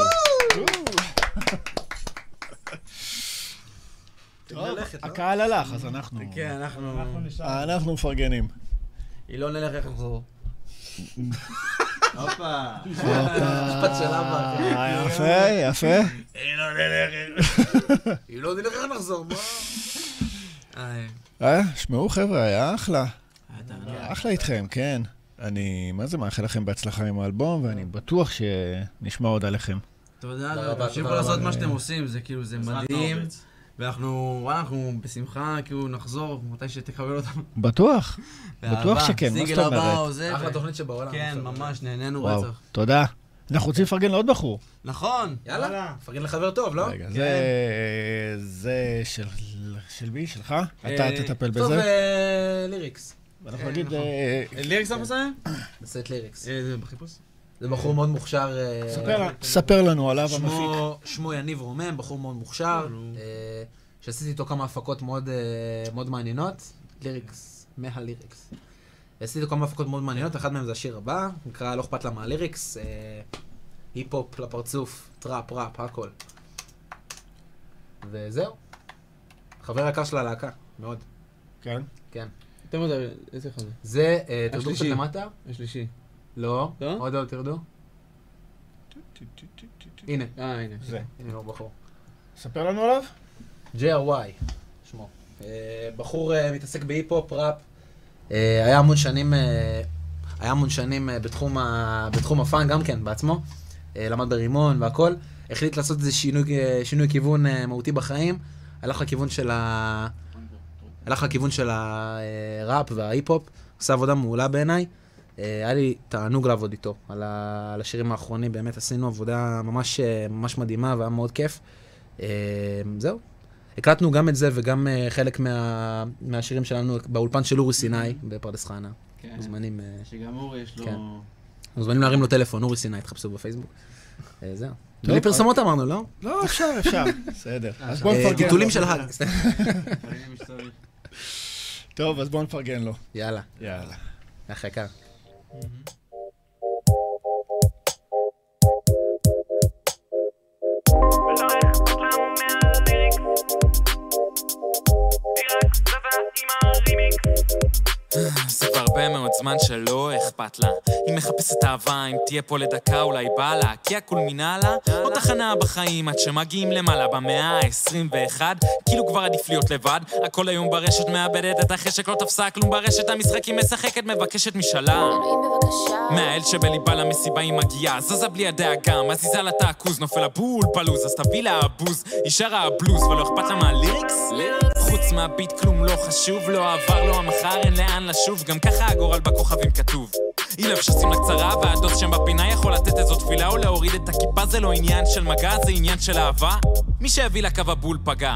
C: הקהל הלך, אז אנחנו...
D: כן, לא? אנחנו...
C: אנחנו מפרגנים.
G: אילון לא נלך איך לחזור.
H: הופה.
G: משפט של אבא. אחי.
C: אה, יפה, יפה.
G: אילון לא נלך איך לחזור, מה?
D: איי,
C: אה, שמעו חבר'ה, היה אחלה.
D: היה תענוג.
C: אחלה איתכם, כן. אני, מה זה, מאחל לכם בהצלחה עם האלבום, ואני בטוח שנשמע עוד עליכם.
D: תודה
G: תודה
D: רבה,
G: רבה,
D: תמשיכו
G: תודה
D: לעשות
G: רבה.
D: מה שאתם עושים, זה כאילו, זה מדהים. ואנחנו, וואלה, אנחנו בשמחה, כאילו, נחזור מתי שתקבל אותם.
C: בטוח. בטוח
D: באהבה.
C: שכן, מה
D: סינגל
C: זאת
D: הבא
C: אומרת?
D: עוזב.
G: אחלה תוכנית שבעולם.
D: אה, כן,
G: חבר'ה.
D: ממש, נהנינו
C: וואו,
D: רצח.
C: תודה. אנחנו רוצים לפרגן לעוד בחור.
D: נכון.
G: יאללה, מפרגן לחבר טוב, לא?
C: רגע,
D: כן,
C: זה... זה של... של מי? שלך? אתה
D: אה,
C: תטפל
G: טוב,
C: בזה.
G: אה, ליריקס.
C: אנחנו נגיד... אה,
D: ליריקס אנחנו שמים?
G: בסט ליריקס.
D: אה, זה בחיפוש?
G: זה בחור מאוד מוכשר. אה,
C: נכון. ספר לנו עליו המפיק.
G: שמו, שמו יניב רומם, בחור מאוד מוכשר, אה, שעשיתי איתו כמה הפקות מאוד, אה, מאוד מעניינות, ליריקס, מהליריקס. עשיתי איתו כמה הפקות מאוד מעניינות, אחת מהן זה השיר הבא, נקרא לא אכפת לה מהליריקס, אה, היפ-הופ לפרצוף, טראפ, ראפ, הכל. וזהו. חבר יקר של הלהקה, מאוד.
C: כן.
G: כן.
D: אתם עוד איזה חבר?
G: זה, אה, תרדו קצת
D: השלישי.
G: למטה?
D: השלישי.
G: לא.
D: לא?
G: עוד עוד תרדו? הנה,
D: אה, הנה.
C: זה.
G: הנה הוא בחור.
C: ספר לנו עליו?
G: JRY, שמו. אה, בחור אה, מתעסק בהיפ-הופ, ראפ. אה, היה המון שנים, אה, היה המון שנים אה, בתחום, ה, בתחום הפאן גם כן, בעצמו. אה, למד ברימון והכל. החליט לעשות איזה שינוי, אה, שינוי כיוון אה, מהותי בחיים. הלך לכיוון של ה... הלך לכיוון של הראפ וההיפ-הופ. עושה עבודה מעולה בעיניי. אה, היה לי תענוג לעבוד איתו על, ה, על השירים האחרונים. באמת עשינו עבודה ממש, אה, ממש מדהימה והיה מאוד כיף. אה, זהו. הקלטנו גם את זה וגם אה, חלק מה, מהשירים שלנו באולפן של אורי סיני בפרדס חנה.
J: Mm-hmm. כן.
G: מוזמנים, אה,
J: שגם אור יש לו...
G: כן. מוזמנים להרים לו טלפון, אורי סיני, תחפשו בפייסבוק. אה, זהו.
C: טוב,
G: בלי פרסומות אמרנו, לא?
C: לא, אפשר, אפשר. בסדר. אז בואו
G: אה,
C: נפרגן.
G: טיטולים
C: לו.
G: של האג. סתם.
J: דברים למי שצריך.
C: טוב, אז בואו נפרגן לו.
G: יאללה,
C: יאללה.
G: אח יקר.
L: זה כבר הרבה מאוד זמן שלא אכפת לה. היא מחפשת אהבה, אם תהיה פה לדקה אולי בא לה. כי הקולמינה לה, עוד תחנה בחיים עד שמגיעים למעלה במאה ה-21. כאילו כבר עדיף להיות לבד. הכל היום ברשת מאבדת את החשק, לא תפסה כלום ברשת. המשחק היא משחקת, מבקשת משאלה. מהאל שבליבה למסיבה היא מגיעה, זזה בלי הדאגה, מזיזה לה את העכוז, נופל הבול בלוז, אז תביא לה הבוז, היא שרה הבלוז, ולא אכפת לה מהליריקס?
F: חוץ מהביט כלום לא חשוב, לא העבר, לא המחר, אין לאן לשוב, גם ככה הגורל בכוכבים כתוב. אילף ששים לה קצרה, והדוס שם בפינה יכול לתת איזו תפילה או להוריד את הכיפה, זה לא עניין של מגע, זה עניין של אהבה. מי שהביא לה קו הבול פגע.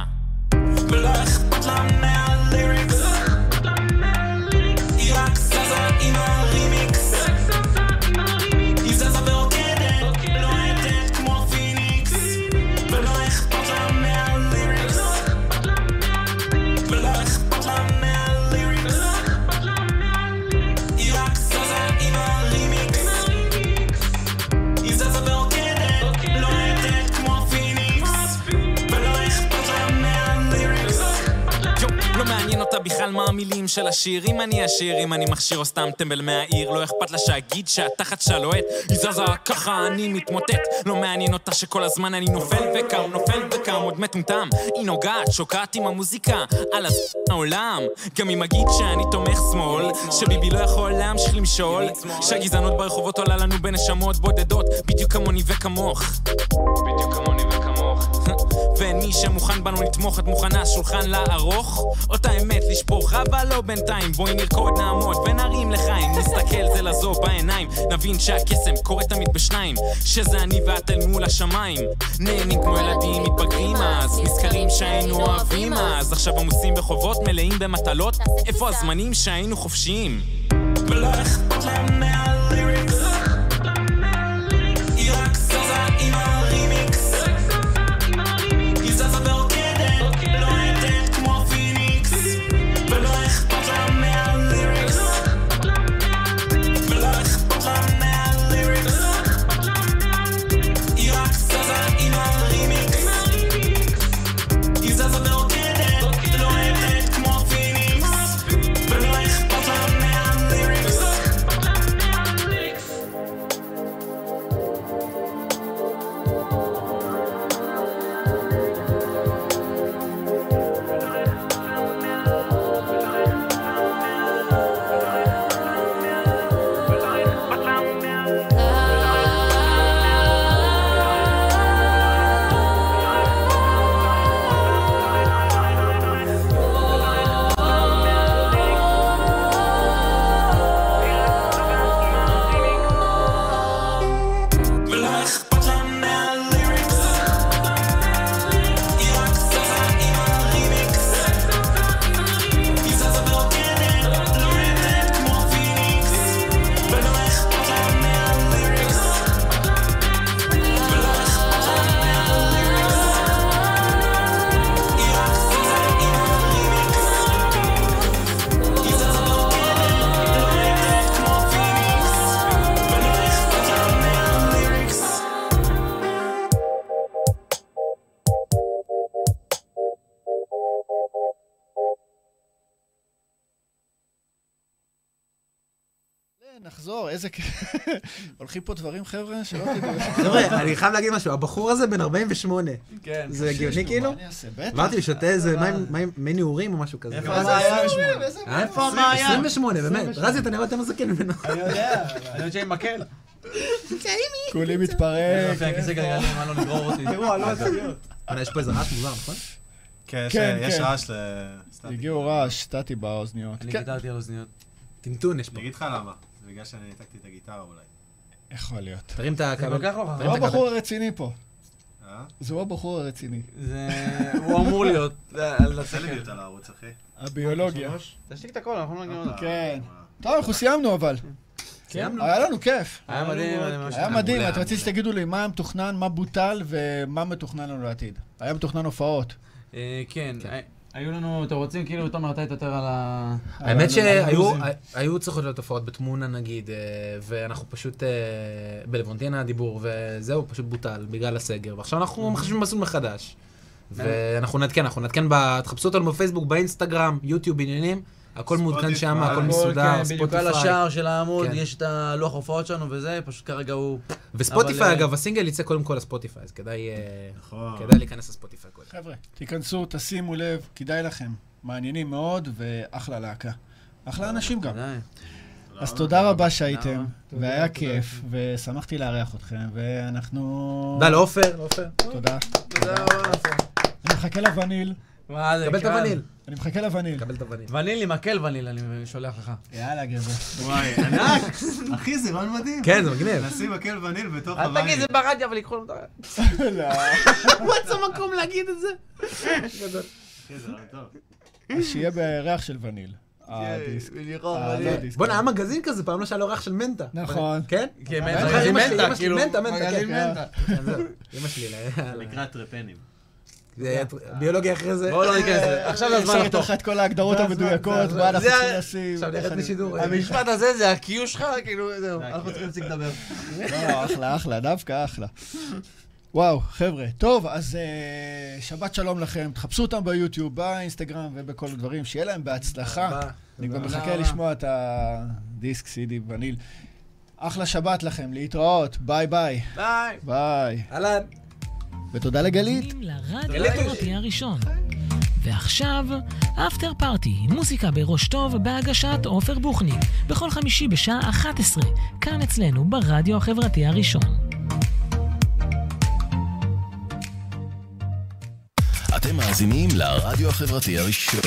F: ולא אכפת לה מהליריקס, היא רק זזה עם הרימיקס. היא זזה ורוקדת, לוהטת כמו פיניקס. ולא אכפת לה מהליריקס. ולא אכפת לה מהליריקס. היא רק זזה עם הרימיקס. היא זזה ורוקדת, לוהטת כמו פיניקס. ולא אכפת לה מהליריקס. יו, לא מעניין אותה בכלל מה המילים של השיר אם אני אשיר, אם אני מכשיר או סתם טמבל מהעיר לא אכפת לה שאגיד שהתחת שלה לוהט היא זזה ככה אני מתמוטט לא מעניין אותה שכל הזמן אני נופל וקם, נופל וקם עוד מטומטם היא נוגעת, שוקעת עם המוזיקה על הז... העולם גם אם אגיד שאני תומך שמאל שביבי לא יכול להמשיך למשול שהגזענות ברחובות עולה לנו בנשמות בודדות בדיוק כמוני וכמוך בדיוק כמוני וכמוך ואין מי שמוכן בנו לתמוך, את מוכנה שולחן לערוך? אותה אמת לשפוך, אבל לא בינתיים. בואי נרקוד, נעמוד ונרים לחיים. נסתכל זה לזו בעיניים, נבין שהקסם קורה תמיד בשניים. שזה אני ואת אל מול השמיים. נהנים כמו ילדים מתבגרים אז, נזכרים שהיינו אוהבים אז. עכשיו עמוסים בחובות, מלאים במטלות. איפה הזמנים שהיינו חופשיים? ולא אכפת לה מהליריקס. היא רק זזה עם הרימיקס. היא זזה ורוקדת, לוהטת כמו פיניקס. ולא אכפת לה מהליריקס. ולא אכפת לה מהליריקס. היא רק זזה עם הרימיקס. היא זזה ורוקדת, לוהטת כמו פיניקס. ולא אכפת לה מהליריקס. ולא אכפת לה מהליריקס. היא רק זזה עם הרימיקס. היא זזה ורוקדת, לוהטת כמו פיניקס. ולא אכפת לה מהליריקס. ולא אכפת לה מהליריקס. היא רק זזה עם הרימיקס. היא זזה ורוקדת, לוהטת כמו פיניקס. ולא אכפת לה מהליריקס.
C: אה, נחזור, איזה כיף. הולכים פה דברים, חבר'ה, שלא תדעו.
G: חבר'ה, אני חייב להגיד משהו, הבחור הזה בן 48.
D: כן.
G: זה הגיוני כאילו?
C: מה אני אעשה? בטח.
G: אמרתי, שותה איזה מים- מים מי נעורים או משהו כזה.
H: איפה זה היה?
G: אה?
M: איפה הבעיה?
G: 28, באמת. רזי, אתה נראה יותר מזקן ממנו.
M: אני יודע, אני יודע שעם מקל.
C: כולי מתפרק.
M: יופי, הכיסא גלגלים, מה לא נגרור אותי.
N: תראו, אני לא מצביע.
G: אבל יש פה איזה רעש מוזר, נכון?
H: כן, יש-
C: כן,
H: יש
C: כן.
H: רעש ל...
C: הגיעו רעש, טאטי באוזניות.
D: אני
C: כן.
D: גידרתי על אוזניות.
G: טינטון יש פה.
H: אני אגיד לך למה. זה בגלל שאני ניתקתי את הגיטרה אולי.
C: יכול להיות.
G: תרים את
D: זה כל
G: הכבל.
D: כך לא חכם.
C: הוא הבחור הרציני פה.
M: כן.
H: אה?
C: זהו הבחור הרציני.
D: זה... הוא אמור להיות. אה,
H: תעשה לי מיוט על הערוץ, אחי. אה,
C: הביולוגיה.
D: תשתיק את הכל, אנחנו לא נגיד עוד.
C: כן. טוב, אנחנו סיימנו אבל.
G: סיימנו.
C: היה לנו כיף.
D: היה מדהים, אני ממש...
C: כן. היה מדהים, את רציתי שתגידו לי מה מתוכנן, מה בוטל ומה מתוכנן לנו לעתיד. היה מתוכנן הופעות.
D: אה, כן, אה, היו לנו, אתם רוצים, כאילו, תומר, אתה יותר על ה...
G: האמת
D: אה, לוזים.
G: שהיו צריכות להיות הופעות בתמונה נגיד, אה, ואנחנו פשוט, אה, בלוונטינה הדיבור, וזהו, פשוט בוטל בגלל הסגר. ועכשיו אנחנו
D: אוקיי.
G: מחשבים מסלול מחדש.
D: אה.
G: ואנחנו נעדכן, אנחנו נעדכן, ב- תחפשו אותנו בפייסבוק, באינסטגרם, יוטיוב, עניינים, הכל מעודכן שם,
H: ספוטיפיי.
G: הכל
H: הכל,
G: מסודר,
D: כן, בדיוק על
G: ספוטיפיי.
D: השער של העמוד,
G: כן.
D: יש את הלוח הופעות שלנו וזה, פשוט כרגע הוא... אבל,
G: וספוטיפיי,
D: אה,
G: אגב, הסינגל יצא קודם כל לספוטיפיי, אז כדאי אה,
H: נכון.
G: כדאי להיכנס לספוטיפיי קודם.
C: חבר'ה, תיכנסו, תשימו לב, כדאי לכם. מעניינים מאוד ואחלה להקה. אחלה אנשים גם.
D: די.
C: אז תודה רבה שהייתם,
D: תודה.
C: והיה כיף, ושמחתי לארח אתכם, ואנחנו...
G: לא. תודה לעופר. לעופר.
C: תודה. אני מחכה לווניל.
D: מה זה,
G: קבל את
D: קל.
G: הווניל.
C: אני מחכה לווניל.
G: קבל את הווניל.
D: וניל עם מקל וניל, אני שולח לך.
C: יאללה, גבר.
H: וואי, ענק! אחי, זה רעיון מדהים.
G: כן, זה מגניב.
H: נשים מקל וניל בתוך
D: אל תגיד,
H: הווניל.
D: זה ברדיו, אבל יקחו לנו את הרדיו.
C: לא.
G: וואטס המקום להגיד את זה?
H: אחי, זה רעיון טוב.
C: שיהיה בריח של וניל. הדיסק. אה, לא הדיסק.
G: בואנה, היה מגזין כזה, פעם לא שהיה לו ריח של מנטה.
C: נכון.
G: כן?
D: כן,
G: אני
D: מנטה,
G: זוכר, אמא שלי-
D: מנטה,
G: אמא שלי
D: כאילו,
G: מנטה, מנטה,
J: מגזין
G: כן.
J: מנטה.
G: כן, זהו, אמא שלי, יאללה.
H: נקרא טרפנים.
G: זה היה טר- ביולוגיה אחרי זה.
D: בואו לא ניכנס לזה. עכשיו זה הזמן
C: אפשר
D: לחתוך.
C: לתוך את כל ההגדרות המדויקות, מה אנחנו
D: זה-
C: צריכים לשים.
G: עכשיו
C: איך
G: נלכת
C: אני-
G: לשידור.
D: המשפט הזה זה ה-Q שלך, כאילו, זהו, אנחנו צריכים להפסיק לדבר.
C: לא, אחלה, אחלה, דווקא אחלה. וואו, חבר'ה. טוב, אז אה, שבת שלום לכם. תחפשו אותם ביוטיוב, באינסטגרם ובכל הדברים. שיהיה להם בהצלחה.
G: תודה.
C: אני כבר
G: תודה.
C: מחכה לשמוע את הדיסק סידי וניל. אחלה שבת לכם, להתראות. ביי ביי.
D: ביי.
C: ביי.
G: אהלן.
C: ותודה לגלית.
B: מאזינים לרדיו החברתי הראשון. ועכשיו, אפטר פארטי, מוזיקה בראש טוב, בהגשת עופר בוכניק, בכל חמישי בשעה 11, כאן אצלנו ברדיו החברתי הראשון.
A: אתם מאזינים לרדיו החברתי הראשון.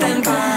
O: Stand by.